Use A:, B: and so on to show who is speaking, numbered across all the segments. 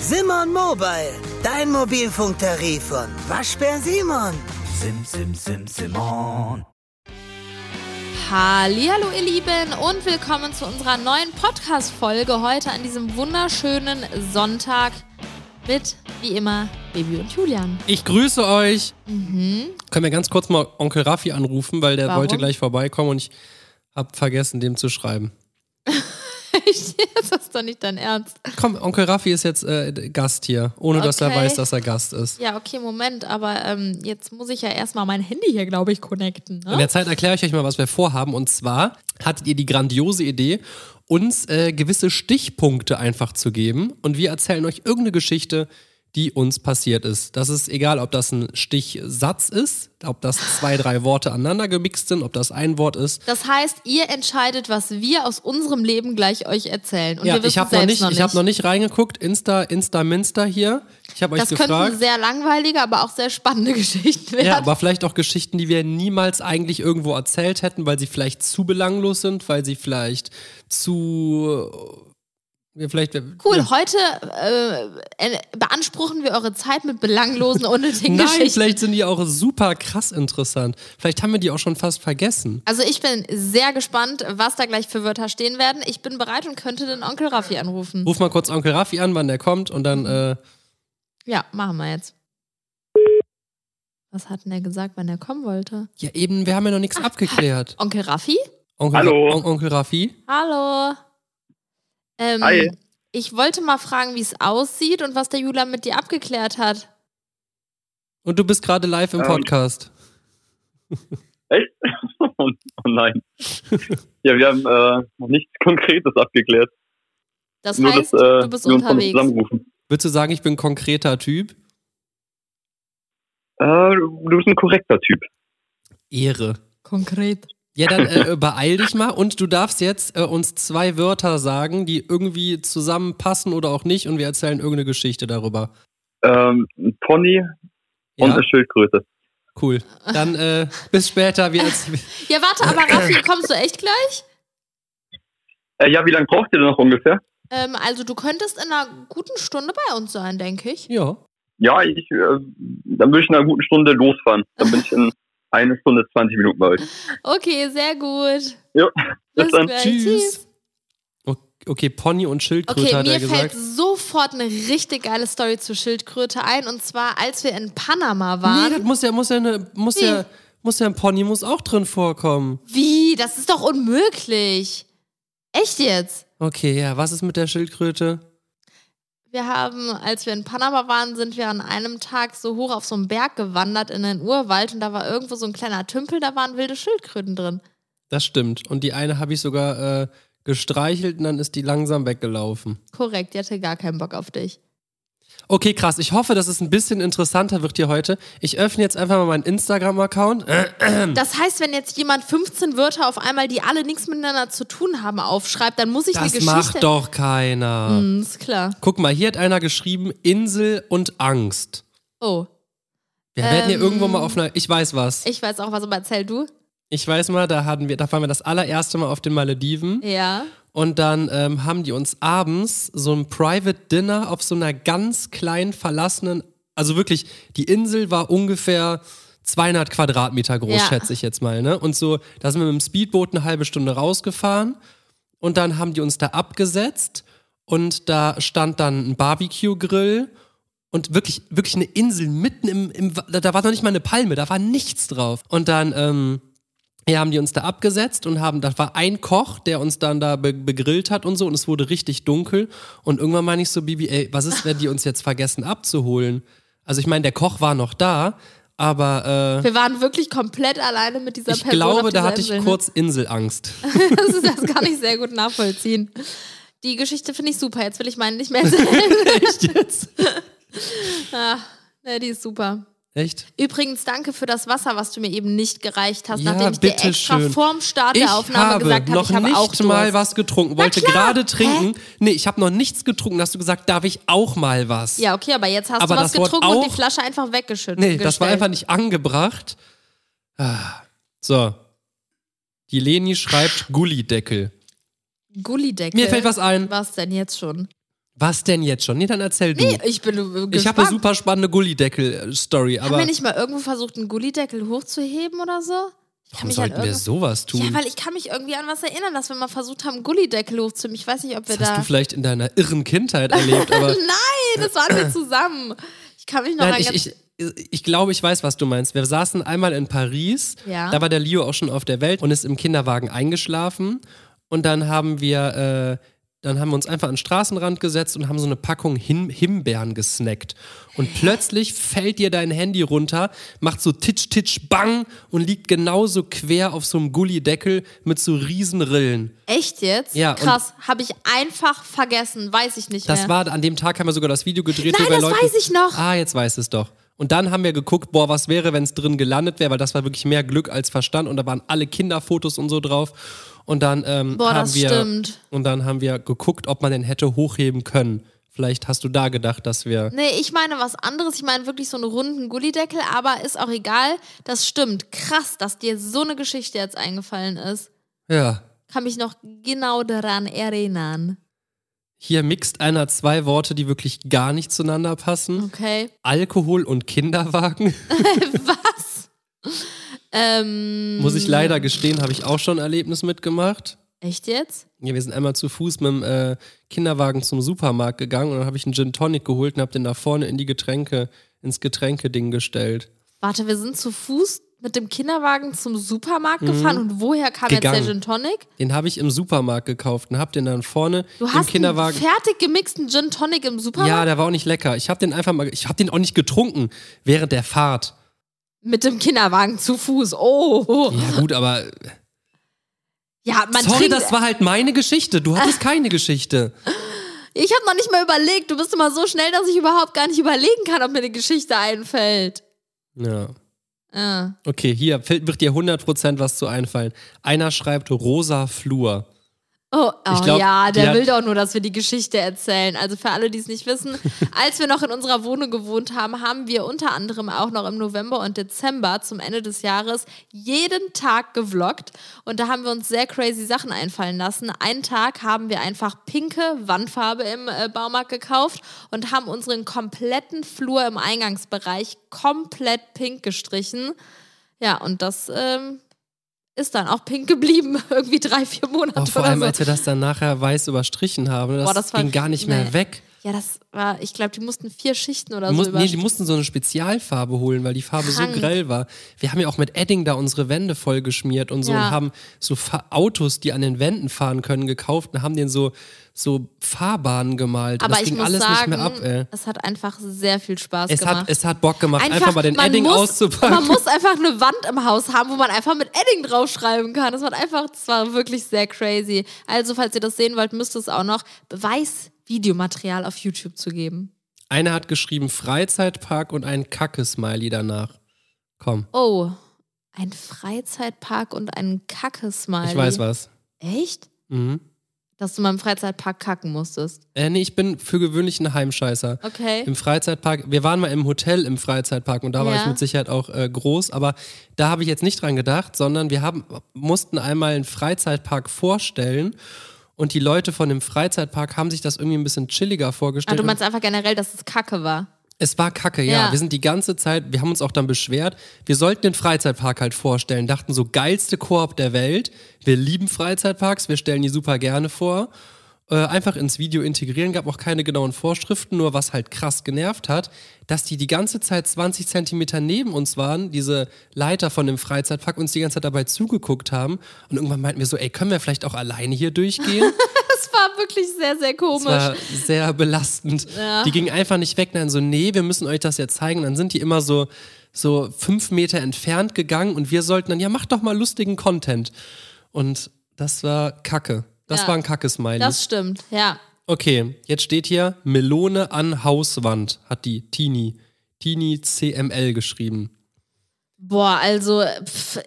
A: Simon Mobile, dein Mobilfunktarif von Waschbär Simon.
B: Sim, sim, sim, Simon.
C: Hallo ihr Lieben und willkommen zu unserer neuen Podcast Folge heute an diesem wunderschönen Sonntag mit wie immer Baby und Julian.
D: Ich grüße euch. Können wir ganz kurz mal Onkel Raffi anrufen, weil der
C: Mhm. Warum?
D: wollte gleich vorbeikommen und ich habe vergessen, dem zu schreiben.
C: Ich- das ist doch nicht dein Ernst.
D: Komm, Onkel Raffi ist jetzt äh, Gast hier, ohne dass er
C: Okay.
D: weiß, dass er Gast ist.
C: Ja, okay, Moment, aber ähm, jetzt muss ich ja erstmal mein Handy hier, glaube ich, connecten.
D: In
C: Ne?
D: der Zeit erkläre ich euch mal, was wir vorhaben. Und zwar hattet ihr die grandiose Idee, uns äh, gewisse Stichpunkte einfach zu geben. Und wir erzählen euch irgendeine Geschichte, die uns passiert ist. Das ist egal, ob das ein Stichsatz ist, ob das zwei, drei Worte aneinander gemixt sind, ob das ein Wort ist.
C: Das heißt, ihr entscheidet, was wir aus unserem Leben gleich euch erzählen. Und
D: Ja,
C: wir wissen
D: ich habe noch,
C: selbst
D: nicht,
C: noch nicht.
D: ich hab noch nicht reingeguckt. Insta, Insta, Minster hier. Ich habe euch
C: das könnten
D: gefragt.
C: sehr langweilige, aber auch sehr spannende Geschichten werden.
D: Ja, aber vielleicht auch Geschichten, die wir niemals eigentlich irgendwo erzählt hätten, weil sie vielleicht zu belanglos sind, weil sie vielleicht zu. äh, Ja, vielleicht.
C: Cool,
D: Ja.
C: heute äh, äh, beanspruchen wir eure Zeit mit belanglosen, unnötigen
D: Nein,
C: Geschichten.
D: vielleicht sind die auch super krass interessant. Vielleicht haben wir die auch schon fast vergessen.
C: Also ich bin sehr gespannt, was da gleich für Wörter stehen werden. Ich bin bereit und könnte den Onkel Raffi anrufen.
D: Ruf mal kurz Onkel Raffi an, wann der kommt und dann. Äh,
C: Ja, machen wir jetzt. Was hat denn der gesagt, wann er kommen wollte?
D: ja, eben, wir haben ja noch nichts abgeklärt.
C: Onkel Raffi?
D: Onkel,
E: Hallo.
D: On Onkel Raffi?
C: Hallo. Ähm,
E: Hi.
C: Ich wollte mal fragen, wie es aussieht und was der Julian mit dir abgeklärt hat.
D: Und du bist gerade live im
E: Ähm.
D: Podcast.
E: Echt? oh nein. Ja, wir haben äh, noch nichts Konkretes abgeklärt.
C: Das
E: Nur,
C: heißt,
E: dass äh,
C: du bist
E: wir uns noch
C: unterwegs.
E: zusammenrufen.
D: Würdest du sagen, ich bin ein konkreter Typ?
E: Äh, du bist ein korrekter Typ.
D: Ehre.
C: Konkret.
D: Ja, dann äh, beeil dich mal und du darfst jetzt äh, uns zwei Wörter sagen, die irgendwie zusammenpassen oder auch nicht und wir erzählen irgendeine Geschichte darüber.
E: Ähm, ein Pony und
D: Ja,
E: eine Schildkröte.
D: cool. Dann äh, bis später. Wir erz-
C: Ja, warte, aber Raffi, kommst du echt gleich?
E: Äh, ja, wie lange braucht ihr denn noch ungefähr?
C: Ähm, also du könntest in einer guten Stunde bei uns sein, denke ich.
D: ja.
E: Ja, ich, äh, dann würde ich in einer guten Stunde losfahren. Dann bin ich in eine Stunde 20 Minuten bei euch.
C: Okay, sehr gut.
E: Jo, bis dann.
C: gleich.
D: Tschüss. O- Okay, Pony und Schildkröte
C: Okay,
D: hat
C: mir
D: er
C: fällt
D: gesagt.
C: sofort eine richtig geile Story zur Schildkröte ein. Und zwar, als wir in Panama
D: Nee,
C: waren.
D: das muss ja, muss ja, eine, muss
C: Wie?
D: ja, muss ja ein Pony muss auch drin vorkommen.
C: Wie? Das ist doch unmöglich. Echt jetzt?
D: Okay, ja, was ist mit der Schildkröte?
C: Wir haben, als wir in Panama waren, sind wir an einem Tag so hoch auf so einen Berg gewandert in den Urwald und da war irgendwo so ein kleiner Tümpel, da waren wilde Schildkröten drin.
D: Das stimmt. Und die eine habe ich sogar äh, gestreichelt und dann ist die langsam weggelaufen.
C: Korrekt, die hatte gar keinen Bock auf dich.
D: Okay, krass. Ich hoffe, dass es ein bisschen interessanter wird hier heute. Ich öffne jetzt einfach mal meinen Instagram-Account. Äh,
C: Das heißt, wenn jetzt jemand 15 Wörter auf einmal, die alle nichts miteinander zu tun haben, aufschreibt, dann muss ich eine
D: Das
C: Geschichte.
D: macht doch keiner.
C: Hm, ist klar.
D: Guck mal, hier hat einer geschrieben, Insel und Angst.
C: Oh,
D: Wir werden hier
C: Ähm.
D: irgendwo mal auf einer, ich weiß was.
C: ich weiß auch was, aber erzähl du.
D: Ich weiß mal, da hatten wir, da waren wir das allererste Mal auf den Malediven
C: Ja.
D: und dann ähm, haben die uns abends so ein Private Dinner auf so einer ganz kleinen verlassenen, also wirklich, die Insel war ungefähr 200 Quadratmeter groß,
C: Ja.
D: schätze ich jetzt mal, ne? Und so, da sind wir mit dem Speedboot eine halbe Stunde rausgefahren und dann haben die uns da abgesetzt und da stand dann ein Barbecue-Grill und wirklich, wirklich eine Insel mitten im, im, Wa- da da war noch nicht mal eine Palme, da war nichts drauf. Und dann, ähm, ja, haben die uns da abgesetzt und haben, da war ein Koch, der uns dann da be begrillt hat und so und es wurde richtig dunkel und irgendwann meine ich so, Bibi, ey, was ist, wenn die uns jetzt vergessen abzuholen? Also ich meine, der Koch war noch da, aber äh,
C: Wir waren wirklich komplett alleine mit dieser
D: ich
C: Person. auf
D: glaube, da
C: dieser
D: hatte ich
C: Insel, ne?
D: kurz Inselangst.
C: Das, ist, das kann ich sehr gut nachvollziehen. Die Geschichte finde ich super. Jetzt will ich meinen nicht mehr erzählen.
D: Echt jetzt?
C: ah, ne, die ist super.
D: Echt?
C: Übrigens, danke für das Wasser, was du mir eben nicht gereicht hast,
D: Ja,
C: nachdem ich dir
D: bitte
C: extra
D: schön.
C: vorm Start
D: Ich
C: der Aufnahme
D: habe
C: gesagt habe,
D: noch
C: ich habe
D: nicht
C: auch Durst.
D: mal was getrunken, wollte
C: klar.
D: gerade trinken. Nee, ich habe noch nichts getrunken, hast du gesagt, darf ich auch mal was?
C: Ja, okay, aber jetzt hast
D: Aber
C: du was
D: das Wort
C: getrunken und die
D: auch-
C: Flasche einfach weggeschüttet.
D: Nee, das war
C: gestellt.
D: einfach nicht angebracht. Ah. So. Die Leni schreibt Gullideckel.
C: Gullideckel.
D: Mir fällt was ein.
C: Was denn jetzt schon?
D: Was denn jetzt schon? Nee, dann erzähl du.
C: Nee, ich bin äh, gespannt.
D: ich habe eine super spannende Gullideckel-Story,
C: Haben
D: aber
C: wir nicht mal irgendwo versucht, einen Gullideckel hochzuheben oder so? Ich kann mich
D: warum
C: an
D: sollten wir
C: irgendwas-
D: sowas tun?
C: Ja, weil ich kann mich irgendwie an was erinnern, dass wir mal versucht haben, Gullideckel hochzuheben. Ich weiß nicht, ob wir
D: das hast du
C: da.
D: vielleicht in deiner irren Kindheit erlebt, aber
C: Nein, das waren wir zusammen. Ich kann mich noch
D: Nein,
C: an
D: ich,
C: ganz.
D: ich, ich glaube, ich weiß, was du meinst. Wir saßen einmal in Paris,
C: Ja.
D: da war der Leo auch schon auf der Welt und ist im Kinderwagen eingeschlafen. Und dann haben wir, äh, dann haben wir uns einfach an den Straßenrand gesetzt und haben so eine Packung Him Himbeeren gesnackt. Und plötzlich fällt dir dein Handy runter, macht so titsch, titsch, bang und liegt genauso quer auf so einem Gullideckel mit so riesen Rillen.
C: Echt jetzt?
D: Ja, und-
C: Krass. Habe ich einfach vergessen. Weiß ich nicht
D: Das
C: mehr.
D: war an dem Tag haben wir sogar das Video gedreht.
C: Nein,
D: wo wir
C: das
D: Leuten,
C: weiß ich noch.
D: Ah, jetzt weiß es doch. Und dann haben wir geguckt, boah, was wäre, wenn es drin gelandet wäre, weil das war wirklich mehr Glück als Verstand und da waren alle Kinderfotos und so drauf. Und dann ähm,
C: Boah,
D: haben
C: das
D: wir
C: stimmt.
D: und dann haben wir geguckt, ob man den hätte hochheben können. Vielleicht hast du da gedacht, dass wir
C: Nee, ich meine was anderes. Ich meine wirklich so einen runden Gullideckel, aber ist auch egal. Das stimmt. Krass, dass dir so eine Geschichte jetzt eingefallen ist.
D: ja
C: Kann mich noch genau daran erinnern.
D: hier mixt einer zwei Worte, die wirklich gar nicht zueinander passen:
C: Okay.
D: Alkohol und Kinderwagen.
C: was? Ähm,
D: Muss ich leider gestehen, habe ich auch schon ein Erlebnis mitgemacht.
C: Echt jetzt?
D: Ja, wir sind einmal zu Fuß mit dem äh, Kinderwagen zum Supermarkt gegangen und dann habe ich einen Gin Tonic geholt und habe den da vorne in die Getränke, ins Getränkeding gestellt.
C: Warte, wir sind zu Fuß mit dem Kinderwagen zum Supermarkt gefahren und woher kam
D: Mhm. Gegangen.
C: jetzt der Gin Tonic?
D: Den habe ich im Supermarkt gekauft und habe den dann vorne
C: Du
D: im
C: hast einen
D: Kinderwagen.
C: fertig gemixten Gin Tonic im Supermarkt
D: ja, der war auch nicht lecker. Ich habe den einfach mal, ich habe den auch nicht getrunken während der Fahrt.
C: mit dem Kinderwagen zu Fuß. Oh.
D: Ja gut, aber
C: Ja, man
D: sorry,
C: trinkt
D: das war halt meine Geschichte. Du hattest keine Geschichte.
C: Ich habe noch nicht mal überlegt. Du bist immer so schnell, dass ich überhaupt gar nicht überlegen kann, ob mir eine Geschichte einfällt.
D: Ja.
C: Äh.
D: Okay, hier fällt- wird dir 100% was zu einfallen. Einer schreibt rosa Flur.
C: Oh, oh
D: Ich glaub,
C: ja,
D: die
C: der
D: hat-
C: will doch nur, dass wir die Geschichte erzählen. Also für alle, die es nicht wissen, als wir noch in unserer Wohnung gewohnt haben, haben wir unter anderem auch noch im November und Dezember zum Ende des Jahres jeden Tag gevloggt. Und da haben wir uns sehr crazy Sachen einfallen lassen. Einen Tag haben wir einfach pinke Wandfarbe im äh, Baumarkt gekauft und haben unseren kompletten Flur im Eingangsbereich komplett pink gestrichen. Ja, und das... Ähm, ist dann auch pink geblieben, irgendwie drei, vier Monate
D: Oh, vor
C: oder
D: allem,
C: so.
D: als wir das dann nachher weiß überstrichen haben, ne, das,
C: also Boah, das war- ne,
D: ging gar nicht mehr
C: nee.
D: weg.
C: Ja, das war, ich glaube, die mussten vier Schichten oder
D: Die
C: so
D: mussten,
C: also über.
D: nee, die mussten so eine Spezialfarbe holen, weil die Farbe
C: Krank.
D: so grell war. Wir haben ja auch mit Edding da unsere Wände vollgeschmiert und so
C: Ja.
D: und haben so Fa Autos, die an den Wänden fahren können, gekauft und haben denen so, so Fahrbahnen gemalt. und
C: aber
D: das
C: ich
D: ging
C: muss
D: alles
C: sagen,
D: nicht mehr ab, ey.
C: es hat einfach sehr viel Spaß
D: Es
C: gemacht.
D: hat, es hat Bock gemacht, einfach, mal den
C: man
D: Edding
C: muss, Man
D: auszupacken.
C: muss einfach eine Wand im Haus haben, wo man einfach mit Edding draufschreiben kann. Das war einfach, das war wirklich sehr crazy. Also, falls ihr das sehen wollt, müsst ihr es auch noch Beweis-Videomaterial auf YouTube zu geben.
D: Einer hat geschrieben Freizeitpark und ein Kacke-Smiley danach. Komm,
C: Oh, ein Freizeitpark und ein Kacke-Smiley.
D: ich weiß was.
C: Echt?
D: Mhm.
C: Dass du mal im Freizeitpark kacken musstest.
D: Äh, nee, ich bin für gewöhnlich ein Heimscheißer.
C: Okay.
D: Im Freizeitpark, wir waren mal im Hotel im Freizeitpark und da war
C: Ja.
D: ich mit Sicherheit auch äh, groß, aber da habe ich jetzt nicht dran gedacht, sondern wir haben, mussten einmal einen Freizeitpark vorstellen und die Leute von dem Freizeitpark haben sich das irgendwie ein bisschen chilliger
C: Ah,
D: vorgestellt.
C: du meinst einfach generell, dass es Kacke war.
D: Es war kacke, ja.
C: Ja.
D: Wir sind die ganze Zeit, wir haben uns auch dann beschwert, wir sollten den Freizeitpark halt vorstellen, dachten so geilste Koop der Welt, wir lieben Freizeitparks, wir stellen die super gerne vor. Äh, einfach ins Video integrieren, gab auch keine genauen Vorschriften, nur was halt krass genervt hat, dass die die ganze Zeit 20 Zentimeter neben uns waren, diese Leiter von dem Freizeitpark uns die ganze Zeit dabei zugeguckt haben und irgendwann meinten wir so, ey, können wir vielleicht auch alleine hier durchgehen?
C: Das war wirklich sehr, sehr
D: Es
C: komisch.
D: war sehr belastend. Die gingen einfach nicht weg. Nein, so, nee, wir müssen euch das ja zeigen. Dann sind die immer so, so fünf Meter entfernt gegangen und wir sollten dann, ja, macht doch mal lustigen Content. Und das war Kacke. Das
C: Ja.
D: war ein Kacke-Smiley.
C: das stimmt, ja.
D: Okay, jetzt steht hier Melone an Hauswand, hat die Tini. Tini CML geschrieben.
C: Boah, also pff,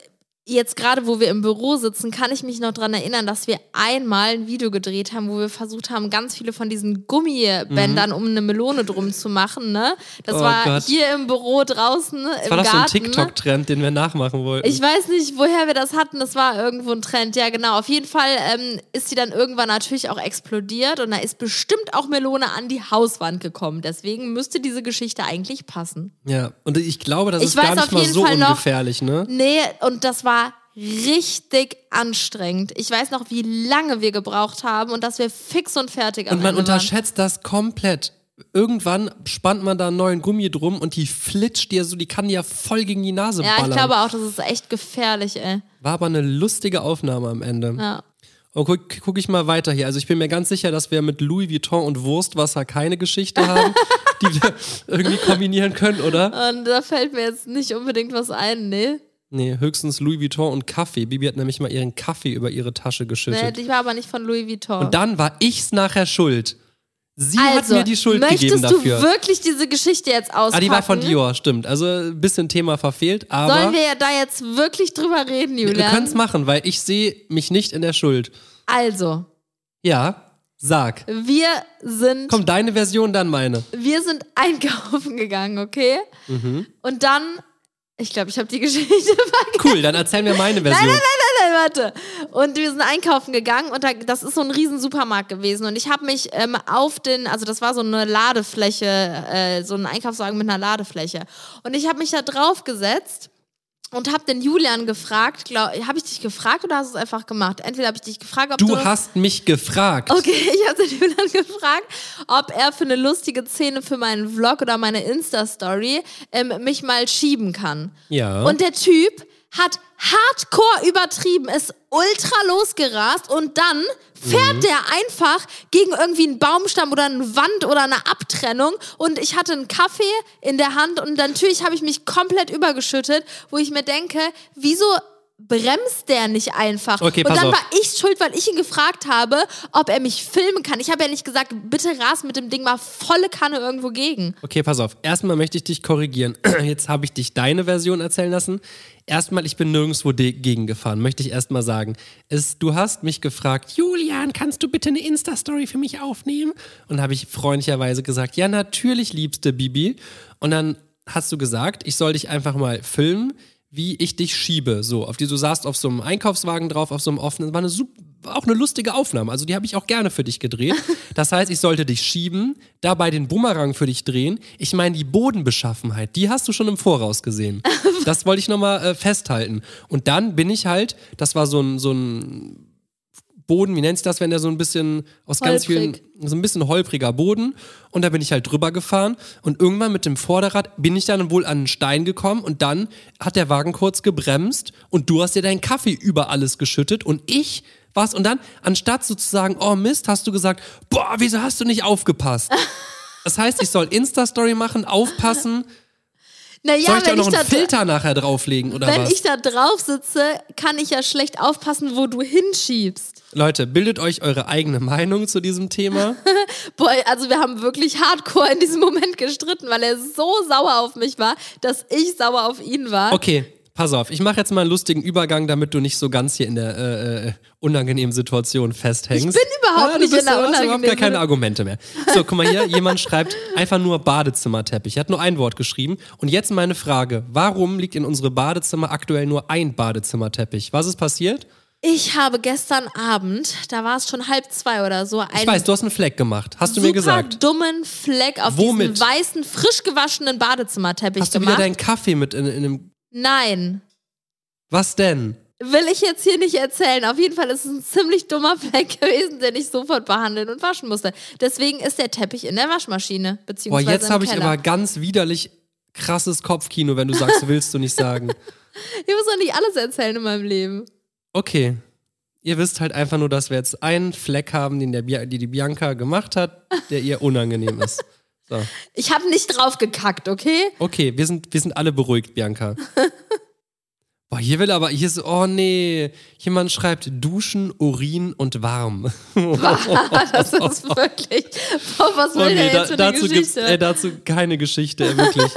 C: jetzt gerade, wo wir im Büro sitzen, kann ich mich noch dran erinnern, dass wir einmal ein Video gedreht haben, wo wir versucht haben, ganz viele von diesen Gummibändern um eine Melone drum zu machen. Ne? Das
D: Mhm. Oh
C: war
D: Gott.
C: hier im Büro draußen ne,
D: Das
C: im
D: war doch so ein
C: Garten.
D: TikTok-Trend, den wir nachmachen wollten.
C: Ich weiß nicht, woher wir das hatten. Das war irgendwo ein Trend. Ja, genau. Auf jeden Fall ähm, ist sie dann irgendwann natürlich auch explodiert und da ist bestimmt auch Melone an die Hauswand gekommen. Deswegen müsste diese Geschichte eigentlich passen.
D: ja, und ich glaube, das
C: Ich
D: ist gar
C: weiß
D: nicht
C: auf
D: mal
C: jeden
D: so
C: Fall noch-
D: ungefährlich, ne?
C: Nee, und das war richtig anstrengend. Ich weiß noch, wie lange wir gebraucht haben und dass wir fix und fertig am
D: Und man
C: Ende waren.
D: unterschätzt das komplett. Irgendwann spannt man da einen neuen Gummi drum und die flitscht dir so, die kann dir ja voll gegen die Nase
C: Ja,
D: ballern.
C: ich glaube auch, das ist echt gefährlich, ey.
D: War aber eine lustige Aufnahme am Ende.
C: Ja.
D: Und guck, guck ich mal weiter hier. Also ich bin mir ganz sicher, dass wir mit Louis Vuitton und Wurstwasser keine Geschichte haben, die wir irgendwie kombinieren können, oder?
C: Und da fällt mir jetzt nicht unbedingt was ein, nee.
D: Nee, höchstens Louis Vuitton und Kaffee. Bibi hat nämlich mal ihren Kaffee über ihre Tasche
C: nee.
D: geschüttet.
C: Ich war aber nicht von Louis Vuitton.
D: Und dann war ich's nachher schuld. Sie
C: also,
D: hat mir die Schuld
C: möchtest
D: gegeben dafür.
C: du wirklich diese Geschichte jetzt auspacken?
D: ah, die war von Dior, stimmt. Also ein bisschen Thema verfehlt, aber
C: Sollen wir ja da jetzt wirklich drüber reden,
D: wir
C: Julian?
D: können es machen, weil ich sehe mich nicht in der Schuld.
C: also,
D: Ja, sag.
C: wir sind
D: Komm, deine Version, dann meine.
C: wir sind einkaufen gegangen, okay? Und dann, ich glaube, ich habe die Geschichte vergessen.
D: Cool, dann erzähl mir meine Version.
C: Nein, warte. Und wir sind einkaufen gegangen und da, das ist so ein riesen Supermarkt gewesen. Und ich habe mich ähm, auf den, also das war so eine Ladefläche, äh, so ein Einkaufswagen mit einer Ladefläche. Und ich habe mich da drauf gesetzt und habe den Julian gefragt, habe ich dich gefragt oder hast du es einfach gemacht? Entweder habe ich dich gefragt, ob du, Oh,
D: Du hast mich gefragt.
C: Okay, ich habe den Julian gefragt, ob er für eine lustige Szene für meinen Vlog oder meine Insta-Story ähm, mich mal schieben kann.
D: Ja.
C: Und der Typ hat hardcore übertrieben, ist ultra losgerast und dann fährt
D: Mhm.
C: der einfach gegen irgendwie einen Baumstamm oder eine Wand oder eine Abtrennung und ich hatte einen Kaffee in der Hand und natürlich habe ich mich komplett übergeschüttet, wo ich mir denke, wieso bremst der nicht einfach?
D: Okay,
C: und
D: pass
C: dann
D: auf.
C: war ich schuld, weil ich ihn gefragt habe, ob er mich filmen kann. Ich habe ja nicht gesagt, bitte ras mit dem Ding mal volle Kanne irgendwo gegen.
D: Okay, pass auf. Erstmal möchte ich dich korrigieren. Jetzt habe ich dich deine Version erzählen lassen. Erstmal, ich bin nirgendwo de- gegengefahren, möchte ich erstmal sagen. Es, du hast mich gefragt, Julian, kannst du bitte eine Insta-Story für mich aufnehmen? Und habe ich freundlicherweise gesagt, ja, natürlich, liebste Bibi. Und dann hast du gesagt, ich soll dich einfach mal filmen, wie ich dich schiebe. So, auf die du saßt auf so einem Einkaufswagen drauf, auf so einem offenen. War eine sup- war auch eine lustige Aufnahme. Also die habe ich auch gerne für dich gedreht. Das heißt, ich sollte dich schieben, dabei den Bumerang für dich drehen. Ich meine, die Bodenbeschaffenheit, die hast du schon im Voraus gesehen. Das wollte ich nochmal äh, festhalten. Und dann bin ich halt, das war so ein, so ein Boden, wie nennt sich das, wenn der so ein bisschen aus ganz vielen,
C: Holprig.
D: so ein bisschen holpriger Boden. Und da bin ich halt drüber gefahren und irgendwann mit dem Vorderrad bin ich dann wohl an einen Stein gekommen und dann hat der Wagen kurz gebremst und du hast dir deinen Kaffee über alles geschüttet und ich was und dann anstatt sozusagen, oh Mist, hast du gesagt, boah, wieso hast du nicht aufgepasst? Das heißt, ich soll Insta-Story machen, aufpassen.
C: Naja,
D: soll ich da
C: wenn
D: noch
C: ich da
D: einen Filter nachher drauflegen oder
C: Wenn
D: was?
C: ich da drauf sitze, kann ich ja schlecht aufpassen, wo du hinschiebst.
D: Leute, bildet euch eure eigene Meinung zu diesem Thema.
C: Boah, also wir haben wirklich hardcore in diesem Moment gestritten, weil er so sauer auf mich war, dass ich sauer auf ihn war.
D: Okay, pass auf. Ich mache jetzt mal einen lustigen Übergang, damit du nicht so ganz hier in der äh, äh, unangenehmen Situation festhängst.
C: Ich bin überhaupt
D: du
C: nicht
D: bist-
C: in der
D: Du hast überhaupt gar
C: unangenehmen-
D: keine Argumente mehr. So, guck mal hier. Jemand schreibt einfach nur Badezimmerteppich. Er hat nur ein Wort geschrieben. Und jetzt meine Frage. Warum liegt in unserem Badezimmer aktuell nur ein Badezimmerteppich? Was ist passiert?
C: Ich habe gestern Abend, da war es schon halb zwei oder so,
D: Ich
C: einen
D: weiß, du hast einen Fleck gemacht. Hast du
C: super
D: mir gesagt.
C: dummen Fleck auf
D: Womit?
C: diesen weißen, frisch gewaschenen Badezimmerteppich
D: Hast du wieder
C: gemacht.
D: deinen Kaffee mit in, in einem...
C: Nein.
D: Was denn?
C: Will ich jetzt hier nicht erzählen. Auf jeden Fall ist es ein ziemlich dummer Fleck gewesen, den ich sofort behandeln und waschen musste. Deswegen ist der Teppich in der Waschmaschine,
D: Boah,
C: beziehungsweise
D: jetzt
C: im
D: habe ich
C: Keller.
D: aber ganz widerlich krasses Kopfkino, wenn du sagst, willst du nicht sagen.
C: Ich muss doch nicht alles erzählen in meinem Leben.
D: Okay. Ihr wisst halt einfach nur, dass wir jetzt einen Fleck haben, den der Bi die, die Bianca gemacht hat, der ihr unangenehm ist. So.
C: Ich habe nicht drauf gekackt, okay?
D: Okay, wir sind, wir sind alle beruhigt, Bianca. Boah, hier will aber, hier ist, oh nee, jemand schreibt Duschen, Urin und warm.
C: Das ist wirklich. Boah, was will
D: Oh nee,
C: der
D: da,
C: jetzt für eine
D: dazu gibt's
C: Geschichte?
D: äh, dazu keine Geschichte, äh, wirklich.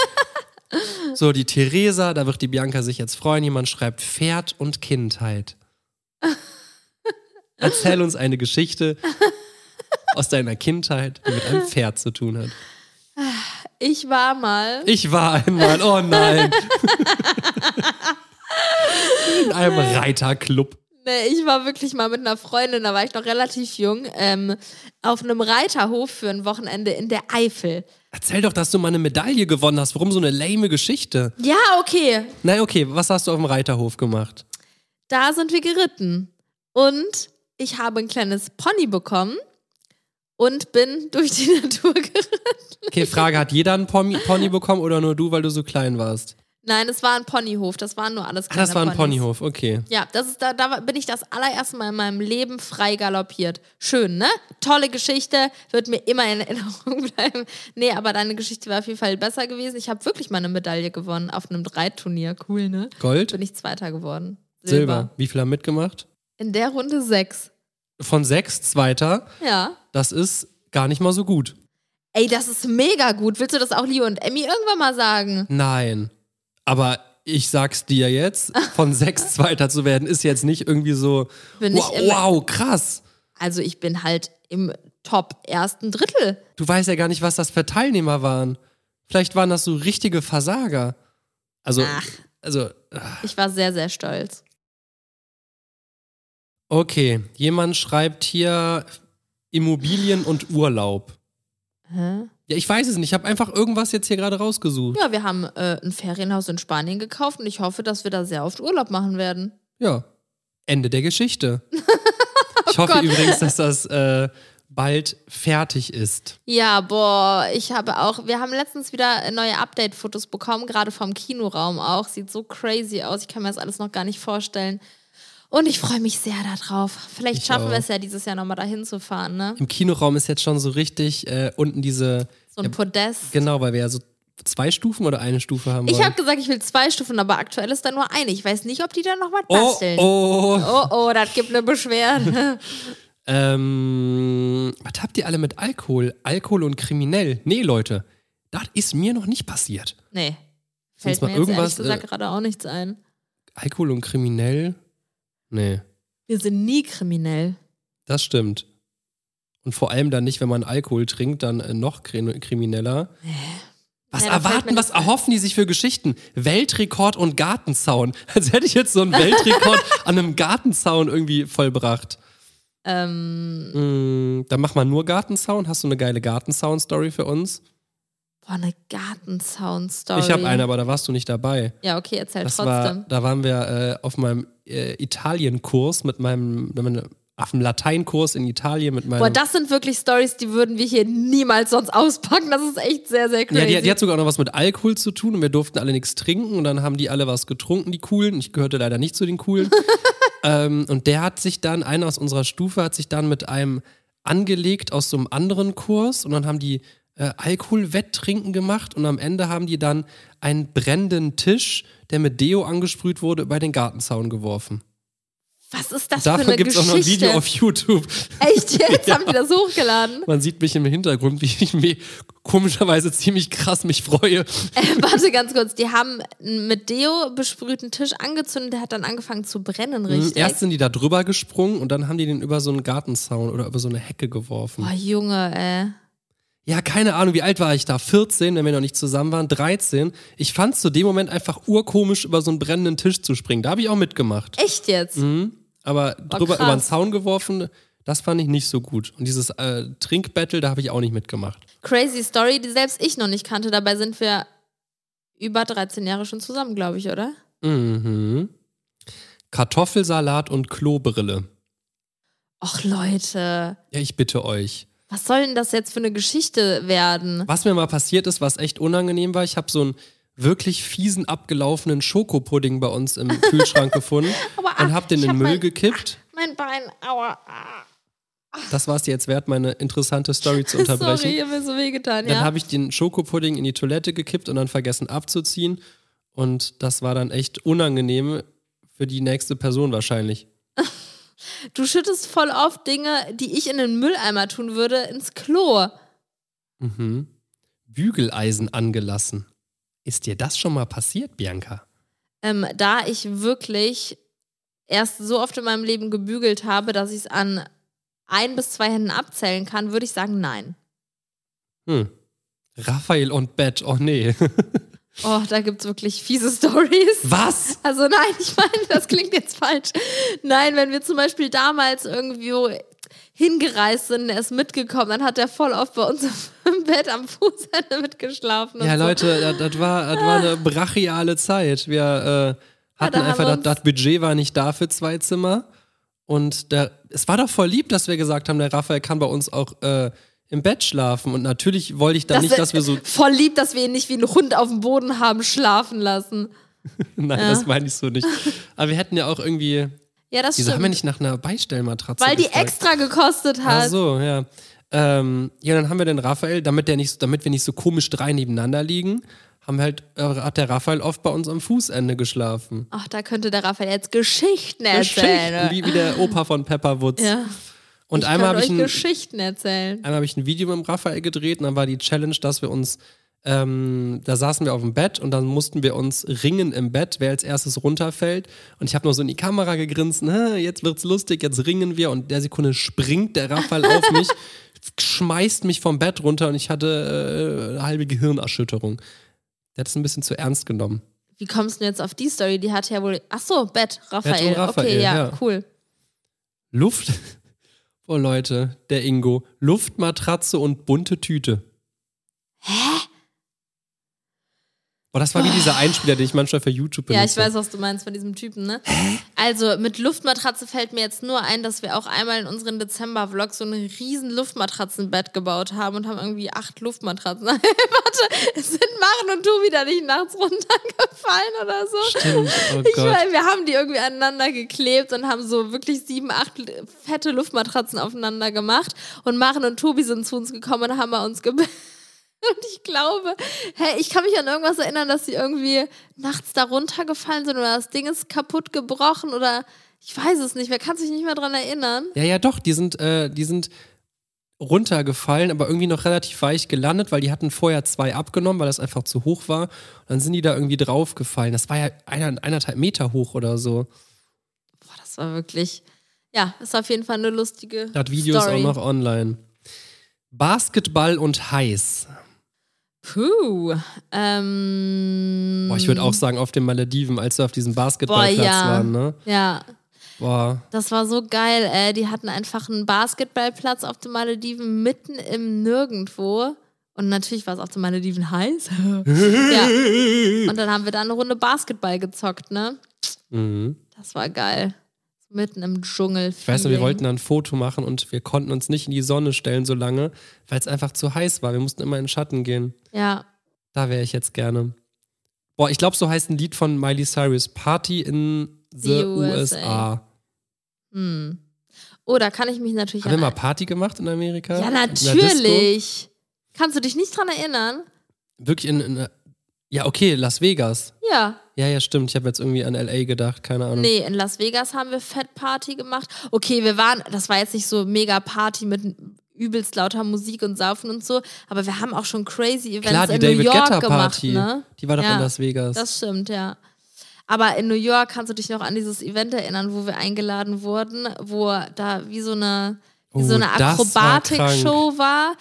D: So, die Theresa, da wird die Bianca sich jetzt freuen. Jemand schreibt Pferd und Kindheit. Erzähl uns eine Geschichte aus deiner Kindheit, die mit einem Pferd zu tun hat.
C: Ich war mal.
D: Ich war einmal, oh nein. In einem Reiterclub.
C: Nee, ich war wirklich mal mit einer Freundin, da war ich noch relativ jung, ähm, auf einem Reiterhof für ein Wochenende in der Eifel.
D: Erzähl doch, dass du mal eine Medaille gewonnen hast. Warum so eine lame Geschichte?
C: Ja, okay.
D: Na okay, was hast du auf dem Reiterhof gemacht?
C: Da sind wir geritten. Und ich habe ein kleines Pony bekommen und bin durch die Natur geritten.
D: Okay, Frage, hat jeder einen Pony, Pony bekommen oder nur du, weil du so klein warst?
C: Nein, es war ein Ponyhof. Das waren nur alles
D: Ah,
C: kleine
D: das war ein
C: Ponys.
D: Ponyhof, okay.
C: Ja, das ist, da, da bin ich das allererste Mal in meinem Leben frei galoppiert. Schön, ne? Tolle Geschichte, wird mir immer in Erinnerung bleiben. Nee, aber deine Geschichte war auf jeden Fall besser gewesen. Ich habe wirklich mal eine Medaille gewonnen auf einem Reitturnier. Cool, ne?
D: Gold,
C: Bin ich Zweiter geworden.
D: Silber. Wie viel haben mitgemacht?
C: In der Runde sechs.
D: Von sechs Zweiter,
C: Ja.
D: das ist gar nicht mal so gut.
C: Ey, das ist mega gut. Willst du das auch Leo und Emmy irgendwann mal sagen?
D: Nein. Aber ich sag's dir jetzt, von sechs Zweiter zu werden, ist jetzt nicht irgendwie so,
C: Bin
D: wow,
C: ich im-
D: wow, krass.
C: Also ich bin halt im Top ersten Drittel.
D: Du weißt ja gar nicht, was das für Teilnehmer waren. Vielleicht waren das so richtige Versager. Also,
C: Ach.
D: also,
C: Ich war sehr, sehr stolz.
D: okay. Jemand schreibt hier Immobilien und Urlaub.
C: Hä?
D: Ja, ich weiß es nicht. Ich habe einfach irgendwas jetzt hier gerade rausgesucht.
C: Ja, wir haben äh, ein Ferienhaus in Spanien gekauft und ich hoffe, dass wir da sehr oft Urlaub machen werden.
D: Ja. Ende der Geschichte. ich hoffe
C: Oh Gott.
D: übrigens, dass das äh, bald fertig ist.
C: Ja, boah, ich habe auch, wir haben letztens wieder neue Update-Fotos bekommen, gerade vom Kinoraum auch. Sieht so crazy aus, ich kann mir das alles noch gar nicht vorstellen. Und ich freue mich sehr darauf. Vielleicht
D: Ich
C: schaffen wir
D: auch.
C: es ja dieses Jahr nochmal dahin zu fahren, ne?
D: Im Kinoraum ist jetzt schon so richtig äh, unten diese.
C: So ein Podest.
D: Genau, weil wir ja so zwei Stufen oder eine Stufe haben.
C: Ich
D: wollen.
C: habe gesagt, ich will zwei Stufen, aber aktuell ist da nur eine. Ich weiß nicht, ob die da noch was
D: Oh,
C: basteln.
D: oh.
C: oh, oh, das gibt eine Beschwerde.
D: Ähm, was habt ihr alle mit Alkohol? Alkohol und kriminell? Nee, Leute, das ist mir noch nicht passiert.
C: nee.
D: Sonst
C: Fällt
D: mal
C: mir jetzt ehrlich
D: irgendwas,
C: gesagt
D: äh,
C: gerade auch nichts ein.
D: Alkohol und kriminell? Nee,
C: Wir sind nie kriminell.
D: das stimmt. Und vor allem dann nicht, wenn man Alkohol trinkt, dann äh, noch kri- krimineller. Was
C: Ja, da fällt mir
D: erwarten, was
C: nichts ein.
D: erhoffen die sich für Geschichten? Weltrekord und Gartenzaun. Als hätte ich jetzt so einen Weltrekord an einem Gartenzaun irgendwie vollbracht.
C: Ähm,
D: Mm, dann mach mal nur Gartenzaun. Hast du eine geile Gartenzaun-Story für uns?
C: boah, eine Gartenzaun-Story.
D: Ich habe eine, aber da warst du nicht dabei.
C: Ja, okay, erzähl
D: Das war,
C: trotzdem.
D: da waren wir äh, auf meinem äh, Italien-Kurs mit meinem, mit meinem, auf dem Lateinkurs in Italien mit meinem.
C: Boah, das sind wirklich Stories, die würden wir hier niemals sonst auspacken. Das ist echt sehr, sehr crazy.
D: ja, die, die hat sogar auch noch was mit Alkohol zu tun und wir durften alle nichts trinken und dann haben die alle was getrunken, die Coolen. Ich gehörte leider nicht zu den Coolen. ähm, und der hat sich dann, einer aus unserer Stufe, hat sich dann mit einem angelegt aus so einem anderen Kurs und dann haben die äh, Alkohol-Wetttrinken gemacht und am Ende haben die dann einen brennenden Tisch, der mit Deo angesprüht wurde, über den Gartenzaun geworfen.
C: Was ist das für
D: Davon
C: eine
D: gibt es
C: Geschichte?
D: auch noch ein Video auf YouTube.
C: echt jetzt? Haben die das hochgeladen?
D: Man sieht mich im Hintergrund, wie ich mich komischerweise ziemlich krass mich freue.
C: Äh, warte ganz kurz. Die haben einen mit Deo besprühten Tisch angezündet. Der hat dann angefangen zu
D: Mhm,
C: brennen, richtig?
D: Hm, Erst sind die da drüber gesprungen und dann haben die den über so einen Gartenzaun oder über so eine Hecke geworfen.
C: Boah, Junge, ey.
D: Ja, keine Ahnung, wie alt war ich da? 14, wenn wir noch nicht zusammen waren, 13. Ich fand zu dem Moment einfach urkomisch, über so einen brennenden Tisch zu springen. Da habe ich auch mitgemacht.
C: Echt jetzt?
D: Mhm. Aber drüber
C: Oh, krass.
D: über den Zaun geworfen, das fand ich nicht so gut. Und dieses äh, Trinkbattle, da habe ich auch nicht mitgemacht.
C: Crazy Story, die selbst ich noch nicht kannte. Dabei sind wir über 13 Jahre schon zusammen, glaube ich, oder?
D: Mhm. Kartoffelsalat und Klobrille.
C: Och, Leute.
D: Ja, ich bitte euch.
C: Was soll denn das jetzt für eine Geschichte werden?
D: Was mir mal passiert ist, was echt unangenehm war, ich habe so einen wirklich fiesen abgelaufenen Schokopudding bei uns im Kühlschrank gefunden
C: Aua,
D: und habe den
C: ich
D: in
C: hab
D: Müll
C: mein-
D: gekippt.
C: Mein Bein, aua. ah.
D: Das war es jetzt wert, meine interessante Story zu unterbrechen.
C: Sorry, ihr habt mir so wehgetan,
D: Dann
C: ja.
D: habe ich den Schokopudding in die Toilette gekippt und dann vergessen abzuziehen. Und das war dann echt unangenehm für die nächste Person wahrscheinlich.
C: Du schüttest voll oft Dinge, die ich in den Mülleimer tun würde, ins Klo.
D: Mhm. Bügeleisen angelassen. Ist dir das schon mal passiert, Bianca?
C: ähm, da ich wirklich erst so oft in meinem Leben gebügelt habe, dass ich es an ein bis zwei Händen abzählen kann, würde ich sagen, nein.
D: Hm. Raphael und Bett, oh nee.
C: Oh, da gibt es wirklich fiese Stories.
D: Was?
C: Also nein, ich meine, das klingt jetzt falsch. Nein, wenn wir zum Beispiel damals irgendwo hingereist sind, er ist mitgekommen, dann hat er voll oft bei uns im Bett am Fußende mitgeschlafen. und
D: Ja,
C: so.
D: Leute, das, das, war, das war eine brachiale Zeit. Wir äh, hatten
C: da haben
D: einfach,
C: wir
D: das,
C: uns-
D: das Budget war nicht da für zwei Zimmer. Und der, es war doch voll lieb, dass wir gesagt haben, der Raphael kann bei uns auch äh, im Bett schlafen. Und natürlich wollte ich dann nicht, dass wir so.
C: Voll lieb, dass wir ihn nicht wie einen Hund auf dem Boden haben schlafen lassen.
D: Nein, das meine ich so nicht. Aber wir hätten ja auch irgendwie.
C: Ja, das
D: Wieso haben wir
C: stimmt.
D: nicht nach einer Beistellmatratze
C: Weil die
D: gefragt?
C: extra gekostet
D: Ach
C: hat.
D: so, ja. Ähm, ja, dann haben wir den Raphael, damit, der nicht, damit wir nicht so komisch drei nebeneinander liegen, haben wir halt, äh, hat der Raphael oft bei uns am Fußende geschlafen.
C: Ach, da könnte der Raphael jetzt Geschichten erzählen.
D: Geschichten, wie, wie der Opa von Pepperwoods.
C: ne? ja,
D: und
C: ich einmal
D: einmal habe
C: euch
D: ich, ein,
C: Geschichten erzählen.
D: einmal hab ich ein Video mit dem Raphael gedreht und dann war die Challenge, dass wir uns, ähm, da saßen wir auf dem Bett und dann mussten wir uns ringen im Bett, wer als erstes runterfällt. Und ich habe nur so in die Kamera gegrinst, "Hä, jetzt wird's lustig, jetzt ringen wir. Und der Sekunde springt der Raphael auf mich, schmeißt mich vom Bett runter und ich hatte äh, eine halbe Gehirnerschütterung. Der hat es ein bisschen zu ernst genommen.
C: Wie kommst du jetzt auf die Story? Die hat ja wohl. Ach so, Bett, Raphael.
D: Bett und Raphael,
C: okay, ja,
D: ja.
C: cool.
D: Luft. Oh Leute, der Ingo. Luftmatratze und bunte Tüte. Hä? Oh, das war wie dieser Einspieler, den ich manchmal für YouTube benutze.
C: Ja, ich weiß, was du meinst von diesem Typen, ne? Also mit Luftmatratze fällt mir jetzt nur ein, dass wir auch einmal in unseren Dezember-Vlog so ein riesen Luftmatratzenbett gebaut haben und haben irgendwie acht Luftmatratzen. Warte, es sind Maren und Tobi da nicht nachts runtergefallen oder so?
D: Stimmt, oh
C: Ich
D: Gott.
C: meine, wir haben die irgendwie aneinander geklebt und haben so wirklich sieben, acht l- fette Luftmatratzen aufeinander gemacht. Und Maren und Tobi sind zu uns gekommen und haben bei uns gebettelt. Und ich glaube, hey, ich kann mich an irgendwas erinnern, dass sie irgendwie nachts da runtergefallen sind oder das Ding ist kaputt gebrochen oder ich weiß es nicht. Wer kann sich nicht mehr dran erinnern?
D: Ja, ja, doch, die sind, äh, die sind runtergefallen, aber irgendwie noch relativ weich gelandet, weil die hatten vorher zwei abgenommen, weil das einfach zu hoch war. Und dann sind die da irgendwie draufgefallen. Das war ja einer, eineinhalb Meter hoch oder so.
C: Boah, das war wirklich. Ja, ist auf jeden Fall eine lustige.
D: Das Video
C: Story.
D: ist auch noch online. Basketball und heiß.
C: Puh. Ähm,
D: Boah, ich würde auch sagen, auf den Malediven, als wir auf diesem Basketballplatz
C: Boah, ja.
D: waren, ne?
C: ja,
D: Boah.
C: Das war so geil, ey. Die hatten einfach einen Basketballplatz auf den Malediven mitten im Nirgendwo. Und natürlich war es auf den Malediven heiß. ja. Und dann haben wir da eine Runde Basketball gezockt, ne?
D: Mhm.
C: Das war geil. Mitten im Dschungel.
D: Ich weiß noch, wir wollten da ein Foto machen und wir konnten uns nicht in die Sonne stellen so lange, weil es einfach zu heiß war. Wir mussten immer in den Schatten gehen.
C: Ja.
D: Da wäre ich jetzt gerne. Boah, ich glaube, so heißt ein Lied von Miley Cyrus, Party in the,
C: The USA.
D: USA.
C: Hm. Oh, da kann ich mich natürlich
D: Haben wir mal
C: an-
D: Party gemacht in Amerika?
C: Ja,
D: In der Disco?
C: natürlich. Kannst du dich nicht dran erinnern?
D: Wirklich in, in Ja, okay, Las Vegas.
C: Ja.
D: Ja, ja, stimmt. Ich habe jetzt irgendwie an LA gedacht, keine Ahnung.
C: Nee, in Las Vegas haben wir Fettparty gemacht. Okay, wir waren, das war jetzt nicht so mega Party mit übelst lauter Musik und Saufen und so, aber wir haben auch schon crazy Events
D: Klar, die
C: in
D: David
C: New York
D: Guetta
C: gemacht,
D: Party.
C: ne?
D: Die war doch
C: Ja,
D: in Las Vegas.
C: Das stimmt, ja. Aber in New York kannst du dich noch an dieses Event erinnern, wo wir eingeladen wurden, wo da wie so eine, wie so
D: Oh,
C: eine
D: das war
C: Akrobatik-Show war.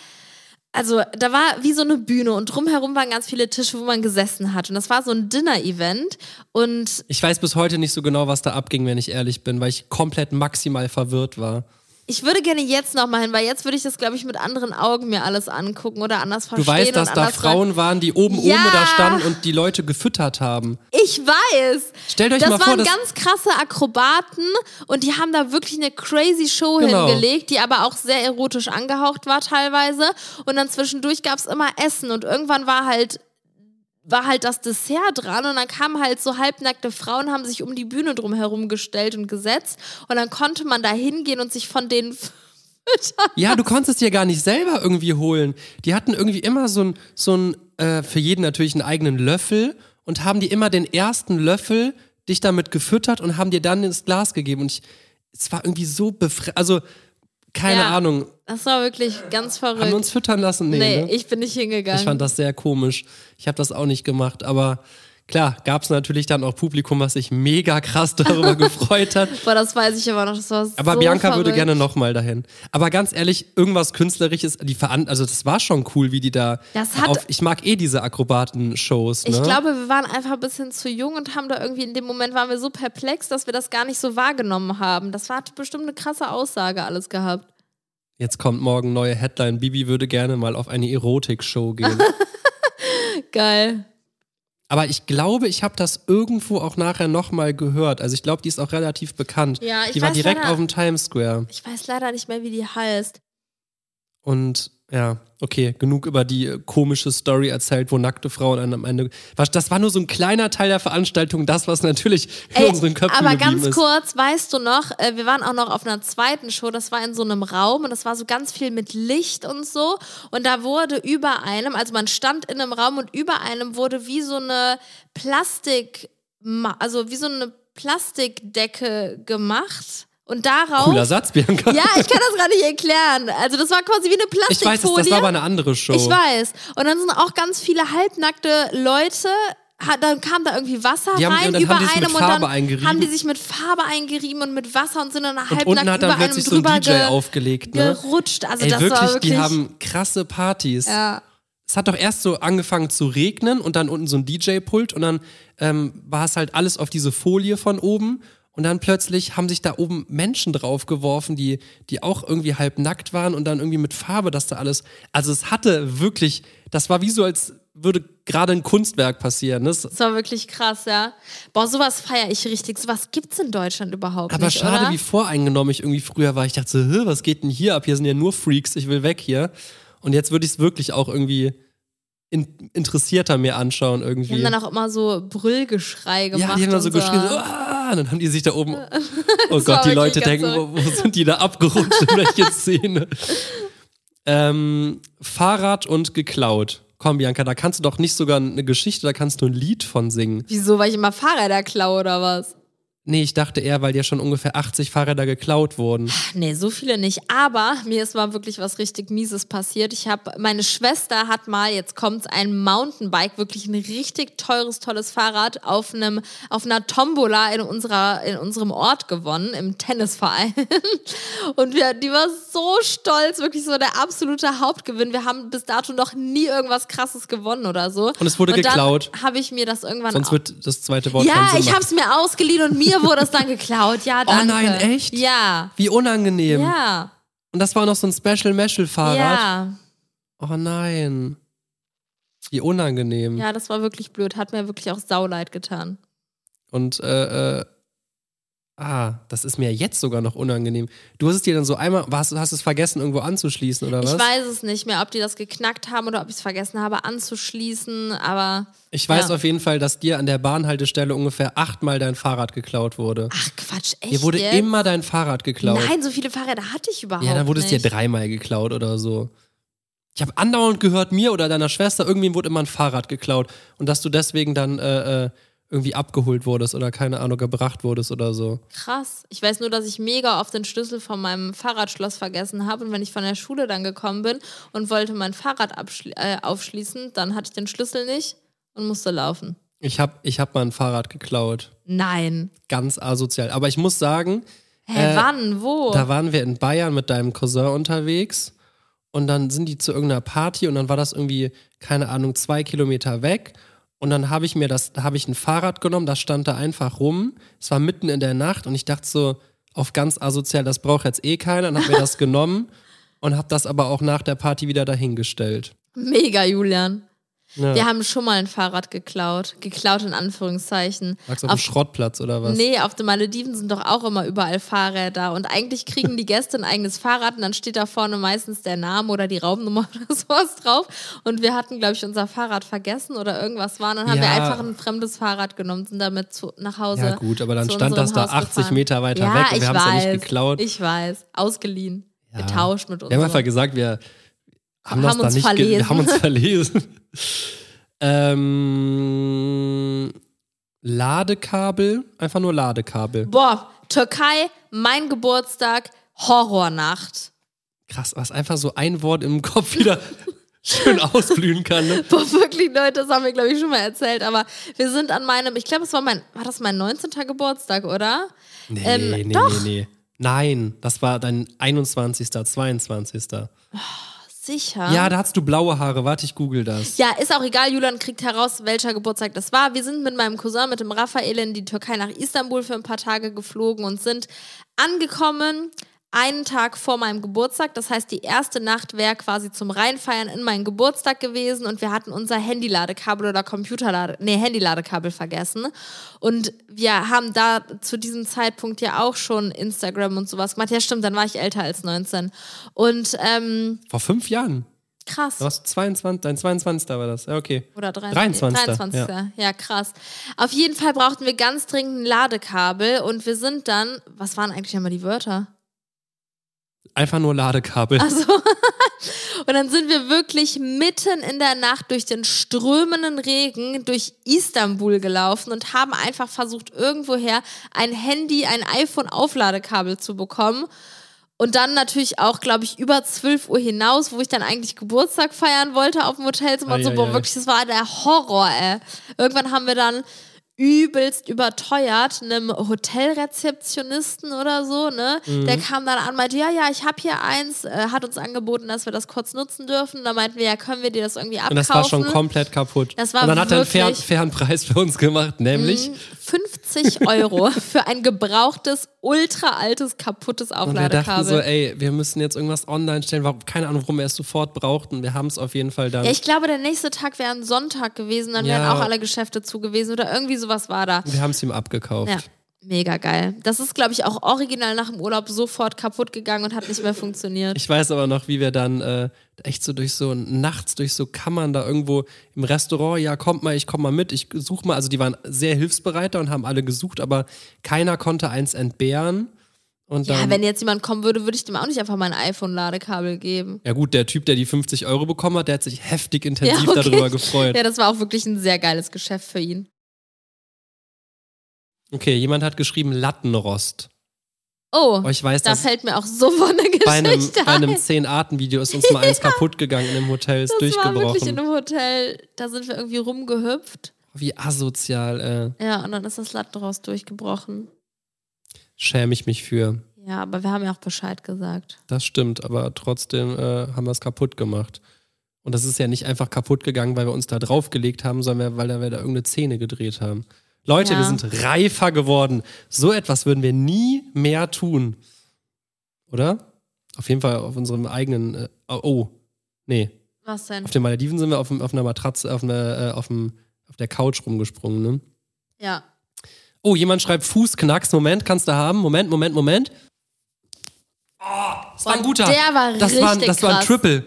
C: Also da war wie so eine Bühne und drumherum waren ganz viele Tische, wo man gesessen hat. Und das war so ein Dinner-Event. Und
D: Ich weiß bis heute nicht so genau, was da abging, wenn ich ehrlich bin, weil ich komplett maximal verwirrt war.
C: Ich würde gerne jetzt nochmal hin, weil jetzt würde ich das, glaube ich, mit anderen Augen mir alles angucken oder anders verstehen.
D: Du weißt, dass
C: und
D: da
C: anders
D: Frauen waren, die oben
C: Ja!
D: oben da standen und die Leute gefüttert haben.
C: Ich weiß!
D: Stellt euch
C: das
D: mal vor,
C: waren
D: dass-
C: ganz krasse Akrobaten und die haben da wirklich eine crazy Show
D: Genau.
C: hingelegt, die aber auch sehr erotisch angehaucht war teilweise. Und dann zwischendurch gab es immer Essen und irgendwann war halt war halt das Dessert dran und dann kamen halt so halbnackte Frauen, haben sich um die Bühne drumherum gestellt und gesetzt und dann konnte man da hingehen und sich von denen
D: Ja, du konntest es dir gar nicht selber irgendwie holen. Die hatten irgendwie immer so ein, so ein äh, für jeden natürlich einen eigenen Löffel und haben dir immer den ersten Löffel dich damit gefüttert und haben dir dann ins Glas gegeben. Und ich, es war irgendwie so befre... Also, Keine
C: Ja.
D: Ahnung.
C: Das war wirklich ganz verrückt.
D: Haben wir uns füttern lassen? Nee,
C: nee,
D: ne?
C: ich bin nicht hingegangen.
D: Ich fand das sehr komisch. Ich habe das auch nicht gemacht, aber klar, gab es natürlich dann auch Publikum, was sich mega krass darüber gefreut hat.
C: Boah, das weiß ich aber noch. Das war
D: Aber
C: so
D: Bianca
C: verrückt.
D: würde gerne nochmal dahin. Aber ganz ehrlich, irgendwas Künstlerisches, die Veran also das war schon cool, wie die da
C: Das hat-
D: auf. Ich mag eh diese Akrobaten-Shows. Ne?
C: Ich glaube, wir waren einfach ein bisschen zu jung und haben da irgendwie in dem Moment waren wir so perplex, dass wir das gar nicht so wahrgenommen haben. Das war bestimmt eine krasse Aussage alles gehabt.
D: Jetzt kommt morgen neue Headline. Bibi würde gerne mal auf eine Erotik-Show gehen.
C: Geil.
D: Aber ich glaube, ich habe das irgendwo auch nachher nochmal gehört. Also ich glaube, die ist auch relativ bekannt.
C: Ja, ich
D: die war
C: weiß
D: direkt
C: leider-
D: auf dem Times Square.
C: Ich weiß leider nicht mehr, wie die heißt.
D: Und ja, okay, genug über die äh, komische Story erzählt, wo nackte Frauen an- am Ende. Was, das war nur so ein kleiner Teil der Veranstaltung, das, was natürlich in unseren Köpfen
C: aber
D: geblieben
C: ganz
D: ist.
C: kurz, weißt du noch, äh, wir waren auch noch auf einer zweiten Show, das war in so einem Raum und das war so ganz viel mit Licht und so und da wurde über einem, also man stand in einem Raum und über einem wurde wie so eine Plastik, also wie so eine Plastikdecke gemacht und darauf...
D: Cooler Satz, Bianca.
C: Ja, ich kann das gerade nicht erklären. Also das war quasi wie eine
D: ich weiß, das, das war
C: Plastikfolie.
D: aber eine andere Show.
C: Ich weiß. Und dann sind auch ganz viele halbnackte Leute. ha- Dann kam da irgendwie Wasser
D: Die haben-
C: rein
D: und dann
C: über
D: haben die sich mit
C: einem und
D: Farbe
C: dann
D: eingerieben.
C: haben die sich mit Farbe eingerieben und mit Wasser und sind dann
D: Und
C: halbnackt
D: unten
C: über
D: hat dann
C: einem
D: plötzlich so ein
C: drüber
D: DJ
C: ge
D: aufgelegt, ne?
C: gerutscht. Also
D: Ey,
C: das
D: wirklich,
C: war wirklich.
D: die haben krasse Partys.
C: ja.
D: Es hat doch erst so angefangen zu regnen und dann unten so ein DJ-Pult und dann ähm, war es halt alles auf diese Folie von oben und dann plötzlich haben sich da oben Menschen draufgeworfen, die, die auch irgendwie halb nackt waren und dann irgendwie mit Farbe das da alles. Also es hatte wirklich, das war wie so, als würde gerade ein Kunstwerk passieren. Das,
C: Das war wirklich krass, ja. Boah, sowas feiere ich richtig. Sowas gibt's in Deutschland überhaupt
D: aber
C: nicht,
D: schade,
C: oder?
D: wie voreingenommen ich irgendwie früher war. Ich dachte so, "Hä, was geht denn hier ab? Hier sind ja nur Freaks, ich will weg hier. Und jetzt würde ich es wirklich auch irgendwie in, interessierter mir anschauen irgendwie.
C: Die haben dann auch immer so Brüllgeschrei gemacht.
D: Ja, die haben dann so
C: und so.
D: geschrien, so, "Ah!" und dann haben die sich da oben. Oh
C: war
D: Gott,
C: wirklich
D: die Leute
C: ganz
D: denken, wo, wo sind die da abgerutscht? In welche Szene? ähm, Fahrrad und geklaut. Komm, Bianca, da kannst du doch nicht sogar eine Geschichte, da kannst du ein Lied von singen.
C: Wieso, weil ich immer Fahrräder klaue oder was?
D: Nee, ich dachte eher, weil dir schon ungefähr 80 Fahrräder geklaut wurden.
C: Nee, so viele nicht. Aber mir ist mal wirklich was richtig Mieses passiert. Ich habe, meine Schwester hat mal, jetzt kommt's, ein Mountainbike, wirklich ein richtig teures, tolles Fahrrad auf einem, auf einer Tombola in unserer, in unserem Ort gewonnen, im Tennisverein. Und wir, die war so stolz, wirklich so der absolute Hauptgewinn. Wir haben bis dato noch nie irgendwas Krasses gewonnen oder so.
D: Und es wurde geklaut.
C: Habe ich mir das irgendwann
D: Sonst
C: au-
D: wird das zweite Wort keinen
C: ja,
D: Sinn
C: ich
D: machen. Oh
C: hab's mir ausgeliehen und mir wurde es dann geklaut. Ja, danke.
D: nein, echt?
C: Ja.
D: Wie unangenehm.
C: Ja.
D: Und das war noch so ein Special-Meshel-Fahrrad.
C: Ja.
D: Oh nein. Wie unangenehm.
C: ja, das war wirklich blöd. Hat mir wirklich auch sauleid getan.
D: Und äh, äh, ah, das ist mir jetzt sogar noch unangenehm. Du hast es dir dann so einmal, hast, hast es vergessen, irgendwo anzuschließen oder was?
C: Ich weiß es nicht mehr, ob die das geknackt haben oder ob ich es vergessen habe anzuschließen, aber
D: Ich weiß
C: Ja.
D: auf jeden Fall, dass dir an der Bahnhaltestelle ungefähr achtmal dein Fahrrad geklaut wurde.
C: ach Quatsch, echt.
D: dir wurde
C: jetzt?
D: immer dein Fahrrad geklaut.
C: Nein, so viele Fahrräder hatte ich überhaupt.
D: ja, dann wurde es
C: nicht.
D: dir dreimal geklaut oder so. Ich habe andauernd gehört, mir oder deiner Schwester, irgendwem wurde immer ein Fahrrad geklaut. Und dass du deswegen dann äh, äh, irgendwie abgeholt wurdest oder keine Ahnung, gebracht wurdest oder so.
C: Krass. Ich weiß nur, dass ich mega oft den Schlüssel von meinem Fahrradschloss vergessen habe. Und wenn ich von der Schule dann gekommen bin und wollte mein Fahrrad abschli- äh, aufschließen, dann hatte ich den Schlüssel nicht und musste laufen.
D: Ich habe ich hab mal ein Fahrrad geklaut.
C: Nein.
D: ganz asozial. Aber ich muss sagen,
C: Hä,
D: Äh,
C: wann? Wo?
D: da waren wir in Bayern mit deinem Cousin unterwegs und dann sind die zu irgendeiner Party und dann war das irgendwie, keine Ahnung, zwei Kilometer weg. Und dann habe ich mir das, da habe ich ein Fahrrad genommen, das stand da einfach rum. Es war mitten in der Nacht und ich dachte so, auf ganz asozial, das braucht jetzt eh keiner. Und habe mir das genommen und habe das aber auch nach der Party wieder dahingestellt.
C: Mega, Julian.
D: Ja.
C: Wir haben schon mal ein Fahrrad geklaut. Geklaut in Anführungszeichen.
D: Lag's auf dem Schrottplatz oder was?
C: Nee, auf den Malediven sind doch auch immer überall Fahrräder. Und eigentlich kriegen die Gäste ein eigenes Fahrrad und dann steht da vorne meistens der Name oder die Raumnummer oder sowas drauf. Und wir hatten, glaube ich, unser Fahrrad vergessen oder irgendwas war. Und dann haben wir
D: Ja.
C: einfach ein fremdes Fahrrad genommen und sind damit zu, nach Hause.
D: Ja, gut, aber dann
C: zu
D: stand das
C: unserem
D: da
C: Haus
D: 80
C: gefahren.
D: Meter weiter
C: ja,
D: weg und wir
C: ich
D: haben's ja nicht
C: weiß,
D: geklaut.
C: Ich weiß. Ausgeliehen.
D: Ja.
C: Getauscht mit uns.
D: Wir haben einfach gesagt, wir
C: Haben
D: haben, das da
C: uns
D: nicht ge- Wir
C: verlesen.
D: haben uns verlesen. ähm, Ladekabel, einfach nur Ladekabel.
C: Boah, Türkei, mein Geburtstag, Horrornacht.
D: Krass, was einfach so ein Wort im Kopf wieder schön ausblühen kann. Ne?
C: Boah, wirklich, Leute, das haben wir, glaube ich, schon mal erzählt. Aber wir sind an meinem, ich glaube, es war mein, war das mein 19. Geburtstag, oder?
D: Nee,
C: Ähm,
D: nee,
C: doch.
D: nee, nee. Nein, das war dein 21., 22.
C: Sicher.
D: Ja, da hattest du blaue Haare. Warte, ich google das.
C: Ja, ist auch egal. Julian kriegt heraus, welcher Geburtstag das war. Wir sind mit meinem Cousin, mit dem Raphael in die Türkei nach Istanbul für ein paar Tage geflogen und sind angekommen einen Tag vor meinem Geburtstag. Das heißt, die erste Nacht wäre quasi zum Reinfeiern in meinen Geburtstag gewesen und wir hatten unser Handyladekabel oder Computerlade, nee, Handyladekabel vergessen. Und wir haben da zu diesem Zeitpunkt ja auch schon Instagram und sowas gemacht. Ja, stimmt, dann war ich älter als 19. Und ähm,
D: Vor fünf Jahren.
C: krass.
D: Da warst du 22, dein 22. war das. Ja, okay.
C: Oder 23.
D: 23.
C: 23.
D: Ja.
C: Ja. krass. Auf jeden Fall brauchten wir ganz dringend ein Ladekabel und wir sind dann, was waren eigentlich nochmal die Wörter?
D: Einfach nur Ladekabel.
C: Und dann sind wir wirklich mitten in der Nacht durch den strömenden Regen durch Istanbul gelaufen und haben einfach versucht, irgendwoher ein Handy, ein iPhone-Aufladekabel zu bekommen. Und dann natürlich auch, glaube ich, über 12 Uhr hinaus, wo ich dann eigentlich Geburtstag feiern wollte auf dem Hotelzimmer und so.
D: Ei, ei,
C: Boah,
D: ei.
C: wirklich, das war der Horror, ey. Irgendwann haben wir dann übelst überteuert einem Hotelrezeptionisten oder so, ne? Der
D: Mhm.
C: kam dann an, meinte, ja, ja, ich habe hier eins, äh, hat uns angeboten, dass wir das kurz nutzen dürfen. Da meinten wir, ja, können wir dir das irgendwie abkaufen?
D: Und das war schon komplett kaputt.
C: Das war
D: Und dann hat er einen fairen,
C: wirklich- Mhm.
D: fairen Preis für uns gemacht, nämlich.
C: 50 Euro für ein gebrauchtes, ultra altes, kaputtes
D: Und wir dachten
C: Aufladekabel.
D: so, ey, wir müssen jetzt irgendwas online stellen. Warum, keine Ahnung, warum wir es sofort brauchten. Wir haben es auf jeden Fall dann.
C: ja, ich glaube, der nächste Tag wäre ein Sonntag gewesen, dann wären
D: Ja.
C: auch alle Geschäfte zu gewesen oder irgendwie sowas war da.
D: wir haben es ihm abgekauft.
C: Ja, mega geil. Das ist, glaube ich, auch original nach dem Urlaub sofort kaputt gegangen und hat nicht mehr funktioniert.
D: Ich weiß aber noch, wie wir dann äh, echt so durch so nachts durch so Kammern da irgendwo im Restaurant, ja, kommt mal, ich komm mal mit, ich such mal. Also die waren sehr hilfsbereiter und haben alle gesucht, aber keiner konnte eins entbehren. Und
C: ja,
D: dann,
C: wenn jetzt jemand kommen würde, würde ich dem auch nicht einfach mein iPhone-Ladekabel geben.
D: ja gut, der Typ, der die 50 Euro bekommen hat, der hat sich heftig
C: Ja,
D: intensiv
C: okay.
D: darüber gefreut.
C: Ja, das war auch wirklich ein sehr geiles Geschäft für ihn.
D: Okay, jemand hat geschrieben Lattenrost.
C: Oh,
D: Oh, ich weiß,
C: da
D: dass
C: fällt mir auch so von der Geschichte
D: bei einem, bei einem
C: ein.
D: 10-Arten-Video ist uns mal eins kaputt gegangen im Hotel, ist
C: Das war wirklich in
D: durchgebrochen.
C: einem Hotel, da sind wir irgendwie rumgehüpft.
D: Wie asozial, äh,
C: Ja, und dann ist das Latt draus durchgebrochen.
D: schäme ich mich für.
C: Ja, aber wir haben ja auch Bescheid gesagt.
D: Das stimmt, aber trotzdem äh, haben wir es kaputt gemacht. Und das ist ja nicht einfach kaputt gegangen, weil wir uns da draufgelegt haben, sondern weil wir da irgendeine Szene gedreht haben. Leute,
C: Ja.
D: wir sind reifer geworden. So etwas würden wir nie mehr tun. Oder? Auf jeden Fall auf unserem eigenen. Äh, oh, oh, nee.
C: Was denn?
D: Auf den Malediven sind wir auf, dem- auf einer Matratze, auf, einer, äh, auf, dem, auf der Couch rumgesprungen, ne?
C: Ja.
D: Oh, jemand schreibt Fußknacks. Moment, kannst du haben. Moment, Moment, Moment. Oh, das war ein
C: Und
D: guter.
C: der war
D: das war, ein-
C: richtig
D: Das war ein
C: krass.
D: Triple.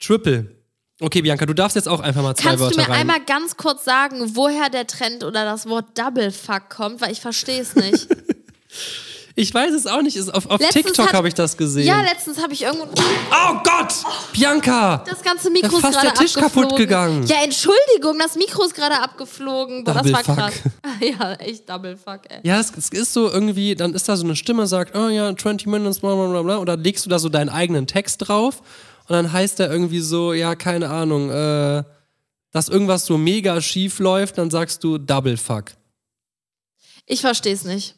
D: Triple. Okay, Bianca, du darfst jetzt auch einfach mal zwei
C: Kannst du
D: Wörter
C: mir
D: rein.
C: einmal ganz kurz sagen, woher der Trend oder das Wort Double Fuck kommt? Weil ich verstehe es nicht.
D: ich weiß es auch nicht. Ist auf auf
C: Letztens
D: TikTok
C: hat-
D: habe ich das gesehen.
C: ja, letztens habe ich irgendwo
D: oh Gott! Bianca!
C: das ganze Mikro
D: Da
C: ist
D: ist fast
C: gerade
D: der Tisch kaputt
C: abgeflogen.
D: gegangen.
C: Ja, Entschuldigung, das Mikro ist gerade abgeflogen. Boah,
D: Double
C: das war
D: Fuck.
C: krass. Ja, echt Double Fuck, ey.
D: Ja, es, es ist so irgendwie, dann ist da so eine Stimme, sagt, oh ja, 20 Minutes, bla bla bla bla. Und dann legst du da so deinen eigenen Text drauf und dann heißt der irgendwie so, ja, keine Ahnung, äh, dass irgendwas so mega schief läuft, dann sagst du Double Fuck.
C: Ich verstehe es nicht.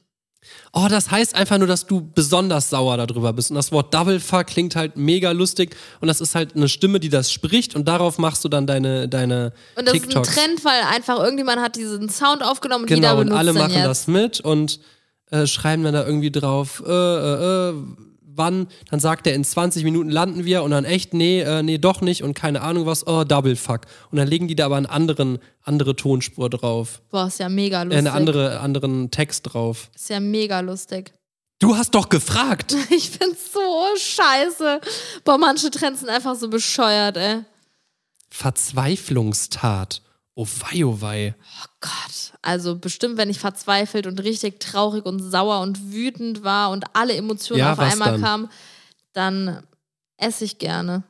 D: Oh, das heißt einfach nur, dass du besonders sauer darüber bist. Und das Wort Double Fuck klingt halt mega lustig. Und das ist halt eine Stimme, die das spricht. Und darauf machst du dann deine, deine
C: Und das
D: TikToks.
C: ist ein Trend, weil einfach irgendjemand hat diesen Sound aufgenommen und jeder
D: Genau, und
C: benutzt
D: alle
C: den
D: machen
C: jetzt.
D: das mit und äh, schreiben dann da irgendwie drauf, äh, äh, äh, wann, dann sagt er, in 20 Minuten landen wir und dann echt, nee, äh, nee, doch nicht und keine Ahnung was, oh, Double Fuck. Und dann legen die da aber einen anderen, andere Tonspur drauf,
C: Boah, ist ja mega
D: äh,
C: lustig.
D: einen andere, anderen Text drauf.
C: Ist ja mega lustig.
D: Du hast doch gefragt!
C: Ich find's so scheiße. Boah, manche Trends sind einfach so bescheuert, ey.
D: Verzweiflungstat. Oh wei, oh wei.
C: Oh Gott. Also bestimmt, wenn ich verzweifelt und richtig traurig und sauer und wütend war und alle Emotionen
D: Ja,
C: auf
D: was
C: einmal
D: dann?
C: kamen, dann esse ich gerne.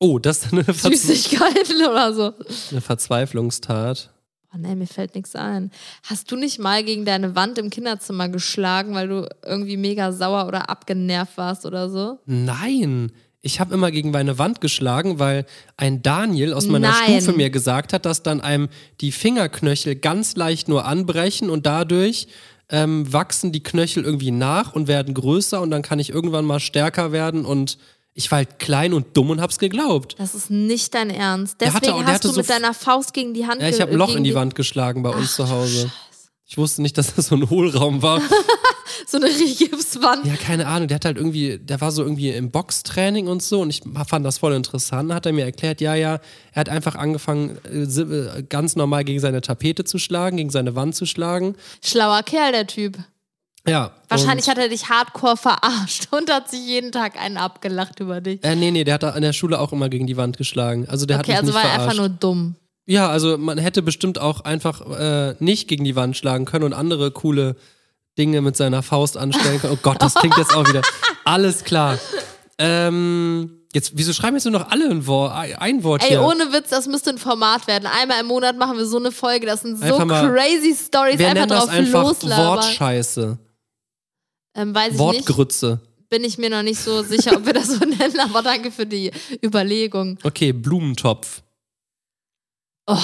D: Oh, das ist eine, Verz
C: Süßigkeiten oder so.
D: eine Verzweiflungstat.
C: Oh nee, mir fällt nichts ein. Hast du nicht mal gegen deine Wand im Kinderzimmer geschlagen, weil du irgendwie mega sauer oder abgenervt warst oder so?
D: Nein, Ich habe immer gegen meine Wand geschlagen, weil ein Daniel aus meiner
C: Nein.
D: Stufe mir gesagt hat, dass dann einem die Fingerknöchel ganz leicht nur anbrechen und dadurch ähm, wachsen die Knöchel irgendwie nach und werden größer und dann kann ich irgendwann mal stärker werden und ich war halt klein und dumm und hab's geglaubt.
C: Das ist nicht dein Ernst.
D: Der
C: Deswegen
D: hatte auch- der
C: hast
D: hatte
C: du
D: so
C: mit
D: f-
C: deiner Faust gegen die Hand
D: Ja, ich
C: ge-
D: habe ein Loch
C: gegen
D: in die
C: die-
D: Wand geschlagen bei uns zu Hause. Ich wusste nicht, dass das so ein Hohlraum war.
C: So eine Gipswand.
D: Ja, keine Ahnung. Der hat halt irgendwie, der war so irgendwie im Boxtraining und so und ich fand das voll interessant. Dann Hat er mir erklärt, ja, ja, er hat einfach angefangen, äh, si- äh, ganz normal gegen seine Tapete zu schlagen, gegen seine Wand zu schlagen.
C: Schlauer Kerl, der Typ.
D: Ja.
C: Wahrscheinlich
D: und,
C: hat er dich hardcore verarscht und hat sich jeden Tag einen abgelacht über dich.
D: äh, nee, nee, der hat da an der Schule auch immer gegen die Wand geschlagen. Also der hat
C: okay,
D: mich
C: also
D: nicht
C: war er
D: verarscht.
C: einfach nur dumm.
D: ja, also man hätte bestimmt auch einfach äh, nicht gegen die Wand schlagen können und andere coole Dinge mit seiner Faust anstellen können. Oh Gott, das klingt jetzt auch wieder. Alles klar. Ähm, jetzt, wieso schreiben jetzt nur noch alle ein Wort, ein Wort
C: Ey,
D: hier?
C: ohne Witz, das müsste ein Format werden. Einmal im Monat machen wir so eine Folge. Das sind so
D: Einfach mal-
C: crazy Stories.
D: Wir
C: Einfach
D: nennen das
C: drauf
D: einfach
C: loslabern.
D: Wortscheiße,
C: Ähm, weiß ich nicht.
D: Wortgrütze.
C: Bin ich mir noch nicht so sicher, ob wir das so nennen, aber danke für die Überlegung.
D: Okay, Blumentopf.
C: Oh,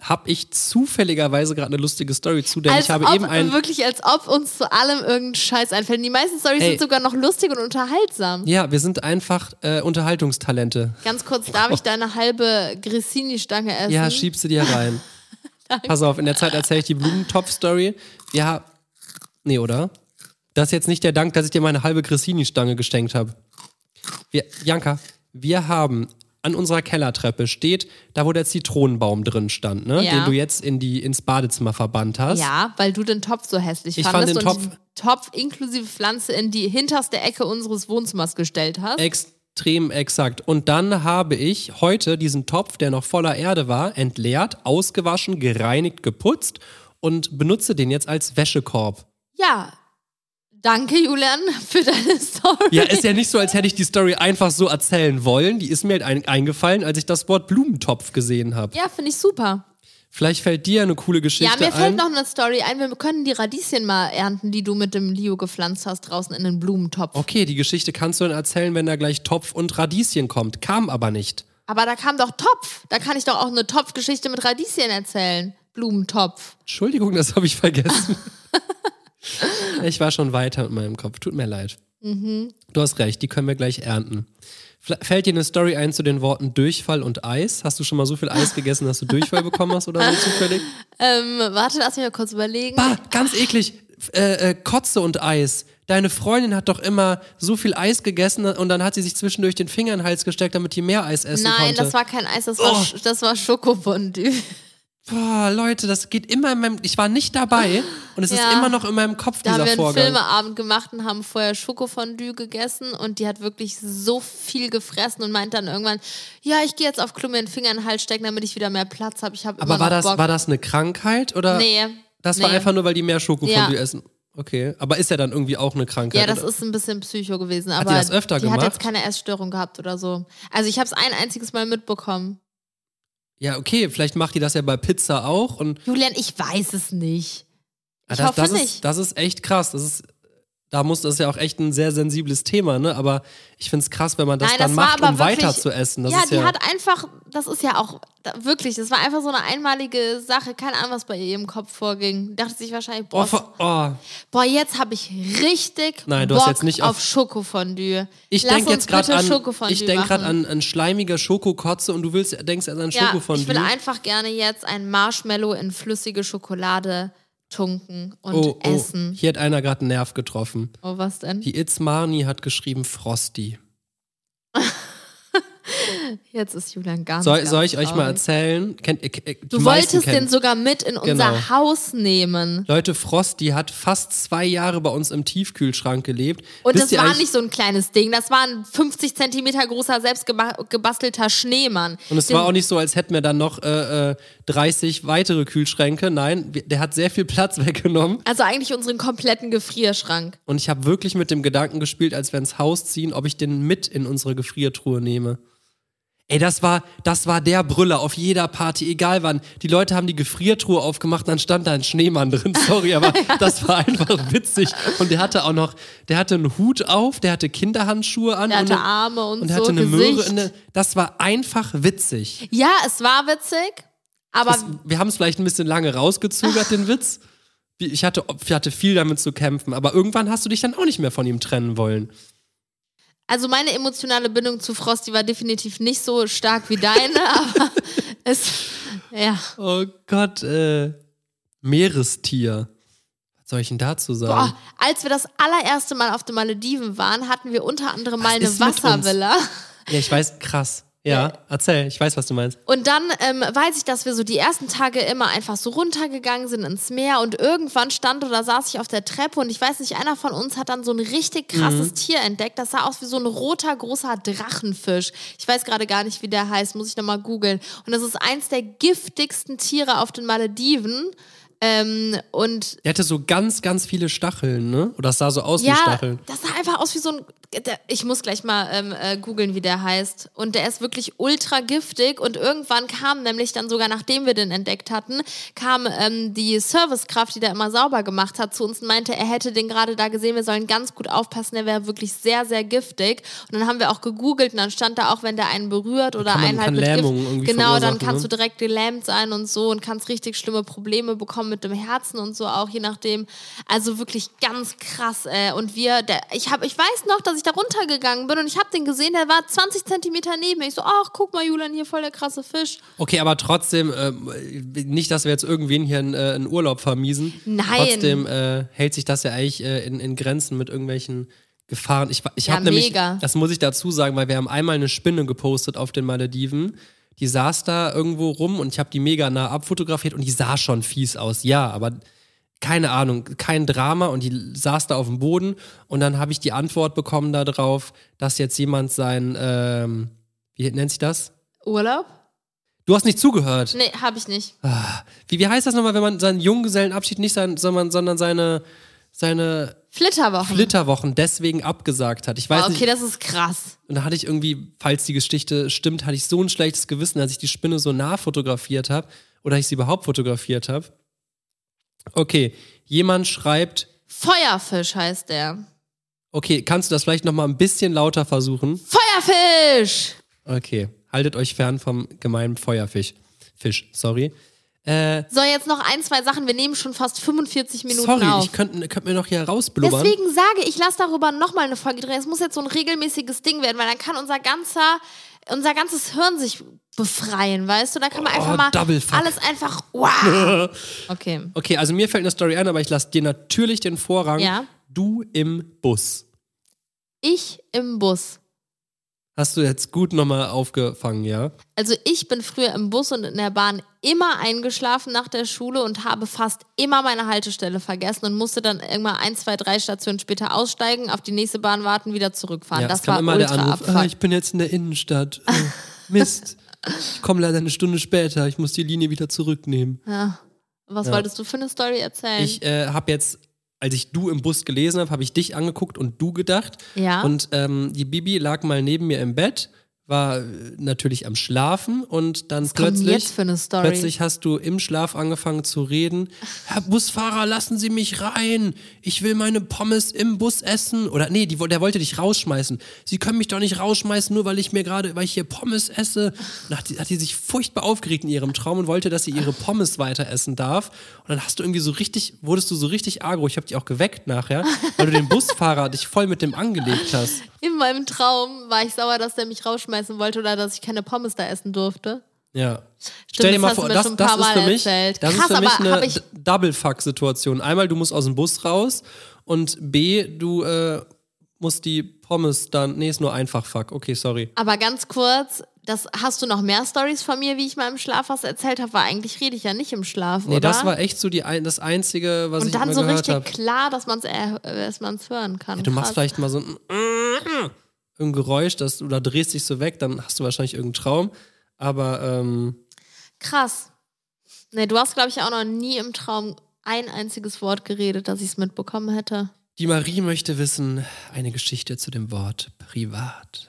D: Hab ich zufälligerweise gerade eine lustige Story zu, denn
C: als
D: ich habe
C: ob,
D: eben einen.
C: Also wirklich, als ob uns zu allem irgendein Scheiß einfällt. Die meisten Stories
D: Ey.
C: sind sogar noch lustig und unterhaltsam.
D: Ja, wir sind einfach äh, Unterhaltungstalente.
C: Ganz kurz, darf ich deine halbe Grissini-Stange essen?
D: Ja, schieb sie dir rein. Pass auf, in der Zeit erzähle ich die Blumentopf-Story. Ja. Nee, oder? Das ist jetzt nicht der Dank, dass ich dir meine halbe Grissini-Stange geschenkt habe. Wir, Janka, wir haben an unserer Kellertreppe steht, da wo der Zitronenbaum drin stand, ne?
C: Ja.
D: den du jetzt in die, ins Badezimmer verbannt hast.
C: Ja, weil du den Topf so hässlich
D: Ich fand
C: fandest
D: den
C: und den Topf inklusive Pflanze in die hinterste Ecke unseres Wohnzimmers gestellt hast.
D: Extrem exakt. Und dann habe ich heute diesen Topf, der noch voller Erde war, entleert, ausgewaschen, gereinigt, geputzt und benutze den jetzt als Wäschekorb.
C: Ja. Danke, Julian, für deine Story.
D: Ja, ist ja nicht so, als hätte ich die Story einfach so erzählen wollen. Die ist mir halt ein eingefallen, als ich das Wort Blumentopf gesehen habe.
C: Ja, finde ich super.
D: Vielleicht fällt dir eine coole Geschichte
C: ja, mir
D: ein.
C: fällt noch eine Story ein. Wir können die Radieschen mal ernten, die du mit dem Leo gepflanzt hast, draußen in den Blumentopf.
D: okay, die Geschichte kannst du dann erzählen, wenn da gleich Topf und Radieschen kommt. Kam aber nicht.
C: Aber da kam doch Topf. Da kann ich doch auch eine Topfgeschichte mit Radieschen erzählen. Blumentopf.
D: Entschuldigung, das habe ich vergessen. ich war schon weiter mit meinem Kopf. Tut mir leid.
C: Mhm.
D: Du hast recht, die können wir gleich ernten. Fla- Fällt dir eine Story ein zu den Worten Durchfall und Eis? Hast du schon mal so viel Eis gegessen, dass du Durchfall bekommen hast oder so zufällig?
C: Ähm, warte, lass mich mal kurz überlegen.
D: Bah, ganz eklig. F- Äh, äh, Kotze und Eis. Deine Freundin hat doch immer so viel Eis gegessen und dann hat sie sich zwischendurch den Finger in den Hals gesteckt, damit die mehr Eis essen
C: Nein,
D: konnte.
C: das war kein Eis, das war,
D: Oh.
C: Sch- das war Schokofondue.
D: Boah, Leute, das geht immer in meinem. Ich war nicht dabei und es
C: Ja.
D: ist immer noch in meinem Kopf,
C: Da haben
D: dieser
C: wir einen
D: Vorgang.
C: Filmeabend gemacht und haben vorher Schokofondue gegessen und die hat wirklich so viel gefressen und meint dann irgendwann, ja, ich gehe jetzt auf Klo mir den Finger in den Hals stecken, damit ich wieder mehr Platz habe. Ich habe
D: Aber
C: immer
D: war
C: noch
D: das,
C: Bock.
D: war das eine Krankheit oder?
C: Nee,
D: Das war
C: nee.
D: einfach nur, weil die mehr Schokofondue
C: Ja.
D: essen. Okay, aber ist ja dann irgendwie auch eine Krankheit.
C: ja, das
D: oder?
C: ist ein bisschen Psycho gewesen,
D: genau. Hat die
C: aber
D: das öfter
C: die hat
D: gemacht?
C: jetzt keine Essstörung gehabt oder so. Also ich habe es ein einziges Mal mitbekommen.
D: ja, okay, vielleicht macht die das ja bei Pizza auch und
C: Julian, ich weiß es nicht.
D: Ah,
C: Ich
D: das,
C: hoffe
D: das Ist,
C: nicht.
D: das ist echt krass. Das ist, da muss das ist ja auch echt ein sehr sensibles Thema, ne? Aber ich finde es krass, wenn man das
C: Nein,
D: dann
C: das war
D: macht,
C: aber
D: um weiter
C: wirklich-
D: zu essen. Das
C: ja,
D: ist
C: die
D: ja
C: hat einfach, das ist ja auch da, wirklich, das war einfach so eine einmalige Sache. Keine Ahnung, was bei ihr im Kopf vorging. Dachte sich wahrscheinlich, boah,
D: Oh, ver- oh.
C: Boah, jetzt habe ich richtig
D: Nein, du
C: Bock
D: hast jetzt nicht auf-
C: auf, Schokofondue.
D: Ich
C: Lass
D: denke
C: uns
D: jetzt gerade
C: bitte
D: an,
C: Schokofondue
D: ich denk grad
C: machen.
D: an, an schleimiger Schokokotze und du willst, denkst jetzt an
C: ja,
D: Schokofondue.
C: Ich will einfach gerne jetzt ein Marshmallow in flüssige Schokolade tunken und
D: oh, oh,
C: essen.
D: Hier hat einer gerade einen Nerv getroffen.
C: Oh, was denn?
D: Die Itzmani hat geschrieben Frosty.
C: Jetzt ist Julian ganz.
D: Soll,
C: ganz
D: soll ich euch mal
C: traurig.
D: erzählen? Kennt, ihr- äh, die
C: Du
D: meisten
C: wolltest
D: kennen.
C: den sogar mit in unser
D: Genau.
C: Haus nehmen.
D: Leute, Frosty hat fast zwei Jahre bei uns im Tiefkühlschrank gelebt.
C: Und
D: Wisst
C: das
D: ihr
C: war
D: eigentlich-
C: nicht so ein kleines Ding. Das war ein 50 Zentimeter großer, selbstgebastelter Schneemann.
D: Und es
C: Den-
D: war auch nicht so, als hätten wir dann noch äh, äh, 30 weitere Kühlschränke. Nein, wir, der hat sehr viel Platz weggenommen.
C: also eigentlich unseren kompletten Gefrierschrank.
D: Und ich habe wirklich mit dem Gedanken gespielt, als wir ins Haus ziehen, ob ich den mit in unsere Gefriertruhe nehme. Ey, das war, das war der Brüller auf jeder Party, egal wann. Die Leute haben die Gefriertruhe aufgemacht, dann stand da ein Schneemann drin. Sorry, aber das war einfach witzig. Und der hatte auch noch, der hatte einen Hut auf, der hatte Kinderhandschuhe an.
C: Der hatte
D: und eine-
C: Arme und,
D: und
C: so,
D: der hatte eine
C: Gesicht.
D: Möhre. In der, das war einfach witzig.
C: ja, es war witzig, aber
D: Das, wir haben es vielleicht ein bisschen lange rausgezögert, den Witz. Wie- Ich hatte, ich hatte viel damit zu kämpfen, aber irgendwann hast du dich dann auch nicht mehr von ihm trennen wollen.
C: also meine emotionale Bindung zu Frosty war definitiv nicht so stark wie deine, aber es, ja.
D: Oh Gott, äh, Meerestier. Was soll ich denn dazu sagen?
C: Boah, Oh, als wir das allererste Mal auf den Malediven waren, hatten wir unter anderem mal eine
D: ist mit uns?
C: Wasservilla.
D: Ja, ich weiß, krass. Ja, erzähl, ich weiß, was du meinst.
C: Und dann ähm, weiß ich, dass wir so die ersten Tage immer einfach so runtergegangen sind ins Meer und irgendwann stand oder saß ich auf der Treppe und ich weiß nicht, einer von uns hat dann so ein richtig krasses Tier entdeckt. Das sah aus wie so ein roter, großer Drachenfisch. Ich weiß gerade gar nicht, wie der heißt, muss ich nochmal googeln. Und das ist eins der giftigsten Tiere auf den Malediven. Ähm, und
D: Der hatte so ganz, ganz viele Stacheln, ne? Oder es sah so aus wie
C: ja,
D: Stacheln.
C: das sah einfach aus wie so ein. der- Ich muss gleich mal ähm, äh, googeln, wie der heißt. Und der ist wirklich ultra giftig. Und irgendwann kam nämlich dann sogar, nachdem wir den entdeckt hatten, kam ähm, die Servicekraft, die da immer sauber gemacht hat, zu uns und meinte, er hätte den gerade da gesehen. Wir sollen ganz gut aufpassen. Der wäre wirklich sehr, sehr giftig. Und dann haben wir auch gegoogelt und dann stand da auch, wenn der einen berührt oder
D: kann man-
C: einen halt
D: kann
C: mit
D: Lähmung
C: Gift.
D: irgendwie
C: Genau, dann
D: verursachen,
C: kannst
D: ne?
C: du direkt gelähmt sein und so und kannst richtig schlimme Probleme bekommen mit dem Herzen und so auch, je nachdem. Also wirklich ganz krass. Äh, und wir, der, ich, hab, ich weiß noch, dass ich da runtergegangen bin und ich habe den gesehen, der war 20 Zentimeter neben mir. Ich so, ach, guck mal, Julian, hier voll der krasse Fisch.
D: Okay, aber trotzdem, ähm, nicht, dass wir jetzt irgendwen hier in, äh, in Urlaub vermiesen.
C: Nein.
D: Trotzdem äh, hält sich das ja eigentlich äh, in, in Grenzen mit irgendwelchen Gefahren. Ich, wa- ich
C: Ja,
D: habe nämlich,
C: mega.
D: das muss ich dazu sagen, weil wir haben einmal eine Spinne gepostet auf den Malediven. Die saß da irgendwo rum und ich habe die mega nah abfotografiert und die sah schon fies aus. Ja, aber keine Ahnung, kein Drama und die saß da auf dem Boden und dann habe ich die Antwort bekommen darauf, dass jetzt jemand sein, ähm, wie nennt sich das?
C: Urlaub?
D: Du hast nicht zugehört.
C: Nee, habe ich nicht.
D: Wie, wie heißt das nochmal, wenn man seinen Junggesellenabschied nicht sein, sondern, sondern seine, seine
C: Flitterwochen.
D: Flitterwochen deswegen abgesagt hat? Ich weiß
C: Oh. Ah, okay,
D: nicht.
C: das ist krass.
D: Und da hatte ich irgendwie, falls die Geschichte stimmt, hatte ich so ein schlechtes Gewissen, als ich die Spinne so nah fotografiert habe oder ich sie überhaupt fotografiert habe. Okay, jemand schreibt,
C: Feuerfisch heißt der.
D: okay, kannst du das vielleicht nochmal ein bisschen lauter versuchen?
C: Feuerfisch!
D: Okay, haltet euch fern vom gemeinen Feuerfisch. Fisch, sorry.
C: So, jetzt noch ein, zwei Sachen. Wir nehmen schon fast 45 Minuten
D: sorry,
C: auf.
D: ich könnte könnt mir noch hier rausblubbern.
C: Deswegen sage ich, lass darüber nochmal eine Folge drehen. Es muss jetzt so ein regelmäßiges Ding werden, weil dann kann unser ganzer, unser ganzes Hirn sich befreien, weißt du? Da kann man einfach
D: Oh,
C: mal
D: double fuck.
C: alles einfach. Wow. Okay.
D: Okay, also mir fällt eine Story ein, aber ich lasse dir natürlich den Vorrang.
C: Ja.
D: Du im Bus.
C: Ich im Bus.
D: Hast du jetzt gut nochmal aufgefangen, ja?
C: Also ich bin früher im Bus und in der Bahn immer eingeschlafen nach der Schule und habe fast immer meine Haltestelle vergessen und musste dann irgendwann ein, zwei, drei Stationen später aussteigen, auf die nächste Bahn warten, wieder zurückfahren.
D: ja,
C: das
D: es kam
C: war
D: immer der
C: ultra
D: Anruf,
C: Abfuck.
D: ah, ich bin jetzt in der Innenstadt. Äh, Mist. Ich komme leider eine Stunde später, ich muss die Linie wieder zurücknehmen.
C: ja. Was
D: Ja.
C: wolltest du für eine Story erzählen?
D: Ich äh, habe jetzt, als ich du im Bus gelesen habe, habe ich dich angeguckt und du gedacht.
C: Ja.
D: Und ähm, die Bibi lag mal neben mir im Bett, war äh, natürlich am Schlafen und dann
C: kommt denn
D: plötzlich.
C: jetzt für eine Story?
D: Plötzlich hast du im Schlaf angefangen zu reden. Herr Busfahrer, lassen Sie mich rein. Ich will meine Pommes im Bus essen. Oder nee, die, wo- der wollte dich rausschmeißen. Sie können mich doch nicht rausschmeißen, nur weil ich mir gerade, weil ich hier Pommes esse. Dann hat, die- hat die sich furchtbar aufgeregt in ihrem Traum und wollte, dass sie ihre Pommes weiter essen darf. Und dann hast du irgendwie so richtig, wurdest du so richtig agro. Ich habe dich auch geweckt nachher, weil du den Busfahrer dich voll mit dem angelegt hast.
C: In meinem Traum war ich sauer, dass der mich rausschmeißen wollte oder dass ich keine Pommes da essen durfte.
D: Ja. Stell dir
C: das
D: mal
C: hast
D: vor,
C: du mir
D: das,
C: schon ein
D: das
C: paar
D: ist
C: Mal
D: für mich,
C: erzählt.
D: das
C: Krass,
D: ist für mich
C: aber hab
D: eine
C: ich-
D: D- Double-Fuck-Situation. Einmal, du musst aus dem Bus raus und B, du äh, musst die Pommes dann. Nee, ist nur einfach Fuck. Okay, sorry.
C: Aber ganz kurz, das hast du noch mehr Stories von mir, wie ich mal im Schlaf was erzählt habe, weil eigentlich rede ich ja nicht im Schlaf,
D: Nee,
C: oder?
D: das war echt so die ein, das Einzige, was
C: Und
D: ich
C: dann
D: mal
C: so
D: gehört
C: richtig
D: habe.
C: klar, dass man es dass man's hören kann.
D: Du machst
C: Krass.
D: vielleicht mal so ein, ein Geräusch das, oder drehst dich so weg, dann hast du wahrscheinlich irgendeinen Traum. Aber ähm,
C: Krass. Nee, du hast, glaube ich, auch noch nie im Traum ein einziges Wort geredet, dass ich es mitbekommen hätte.
D: die Marie möchte wissen, eine Geschichte zu dem Wort privat.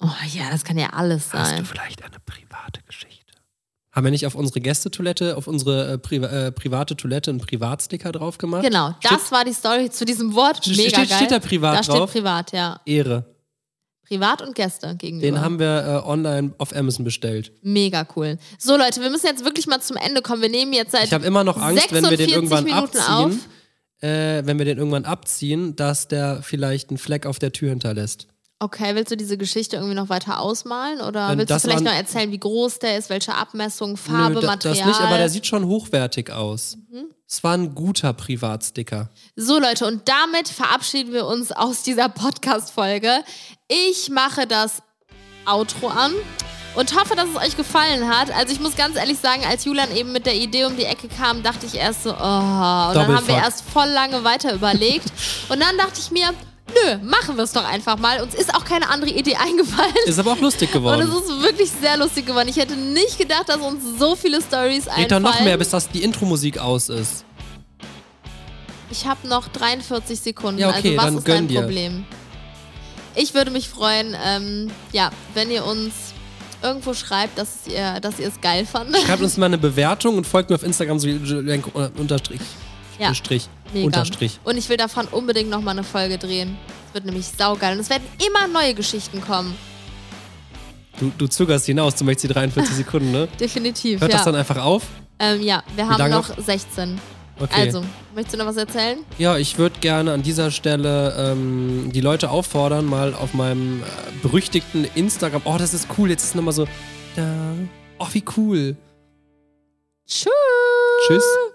C: Oh, Oh ja, das kann ja alles
B: Hast du
C: sein.
B: vielleicht eine private Geschichte?
D: Haben wir nicht auf unsere Gästetoilette, auf unsere äh, Priva äh, private Toilette einen Privatsticker drauf gemacht?
C: Genau, das war die Story zu diesem Wort.
D: Ste-
C: Mega
D: steht-
C: geil.
D: steht da privat
C: Da steht
D: drauf?
C: privat, ja.
D: Ehre.
C: Privat und Gäste gegenüber.
D: Den haben wir äh, online auf Amazon bestellt.
C: Mega cool. So, Leute, wir müssen jetzt wirklich mal zum Ende kommen. Wir nehmen jetzt seit.
D: Ich habe immer noch Angst, wenn wir den
C: 46
D: irgendwann
C: Minuten
D: abziehen, äh, wenn wir den irgendwann abziehen, dass der vielleicht einen Fleck auf der Tür hinterlässt.
C: Okay, willst du diese Geschichte irgendwie noch weiter ausmalen? Oder
D: Wenn
C: willst du
D: das
C: vielleicht
D: waren-
C: noch erzählen, wie groß der ist, welche Abmessung, Farbe,
D: da-
C: Material?
D: das nicht, aber der sieht schon hochwertig aus.
C: Mhm.
D: Es war ein guter Privatsticker.
C: So Leute, und damit verabschieden wir uns aus dieser Podcast-Folge. Ich mache das Outro an und hoffe, dass es euch gefallen hat. Also ich muss ganz ehrlich sagen, als Julian eben mit der Idee um die Ecke kam, dachte ich erst so, oh, und dann haben wir
D: Doppelfuck.
C: erst voll lange weiter überlegt. und dann dachte ich mir, nö, machen wir es doch einfach mal. Uns ist auch keine andere Idee eingefallen.
D: Ist aber auch lustig geworden.
C: Und es ist wirklich sehr lustig geworden. Ich hätte nicht gedacht, dass uns so viele Stories
D: Geht doch
C: einfallen.
D: noch mehr, bis das die Intromusik aus ist.
C: Ich habe noch 43 Sekunden.
D: Ja,
C: also
D: okay,
C: was
D: dann
C: ist
D: gönn
C: dein
D: dir.
C: Problem? Ich würde mich freuen, ähm, ja, wenn ihr uns irgendwo schreibt, dass ihr, dass ihr es geil fandet.
D: Schreibt uns mal eine Bewertung und folgt mir auf Instagram so Lenk- äh, unterstrich.
C: Ja,
D: Strich,
C: mega.
D: Unterstrich.
C: Und ich will davon unbedingt nochmal eine Folge drehen. Es wird nämlich saugeil. Und es werden immer neue Geschichten kommen.
D: Du, du zögerst hinaus, du möchtest die 43 Sekunden, ne?
C: Definitiv.
D: Hört
C: ja.
D: das dann einfach auf?
C: ähm, ja, wir haben
D: lange
C: noch 16.
D: Okay.
C: Also, möchtest du noch was erzählen?
D: Ja, ich würde gerne an dieser Stelle ähm, die Leute auffordern, mal auf meinem äh, berüchtigten Instagram. Oh, das ist cool. Jetzt ist nochmal so. Da. Oh, wie cool.
C: Tschüss.
D: Tschüss.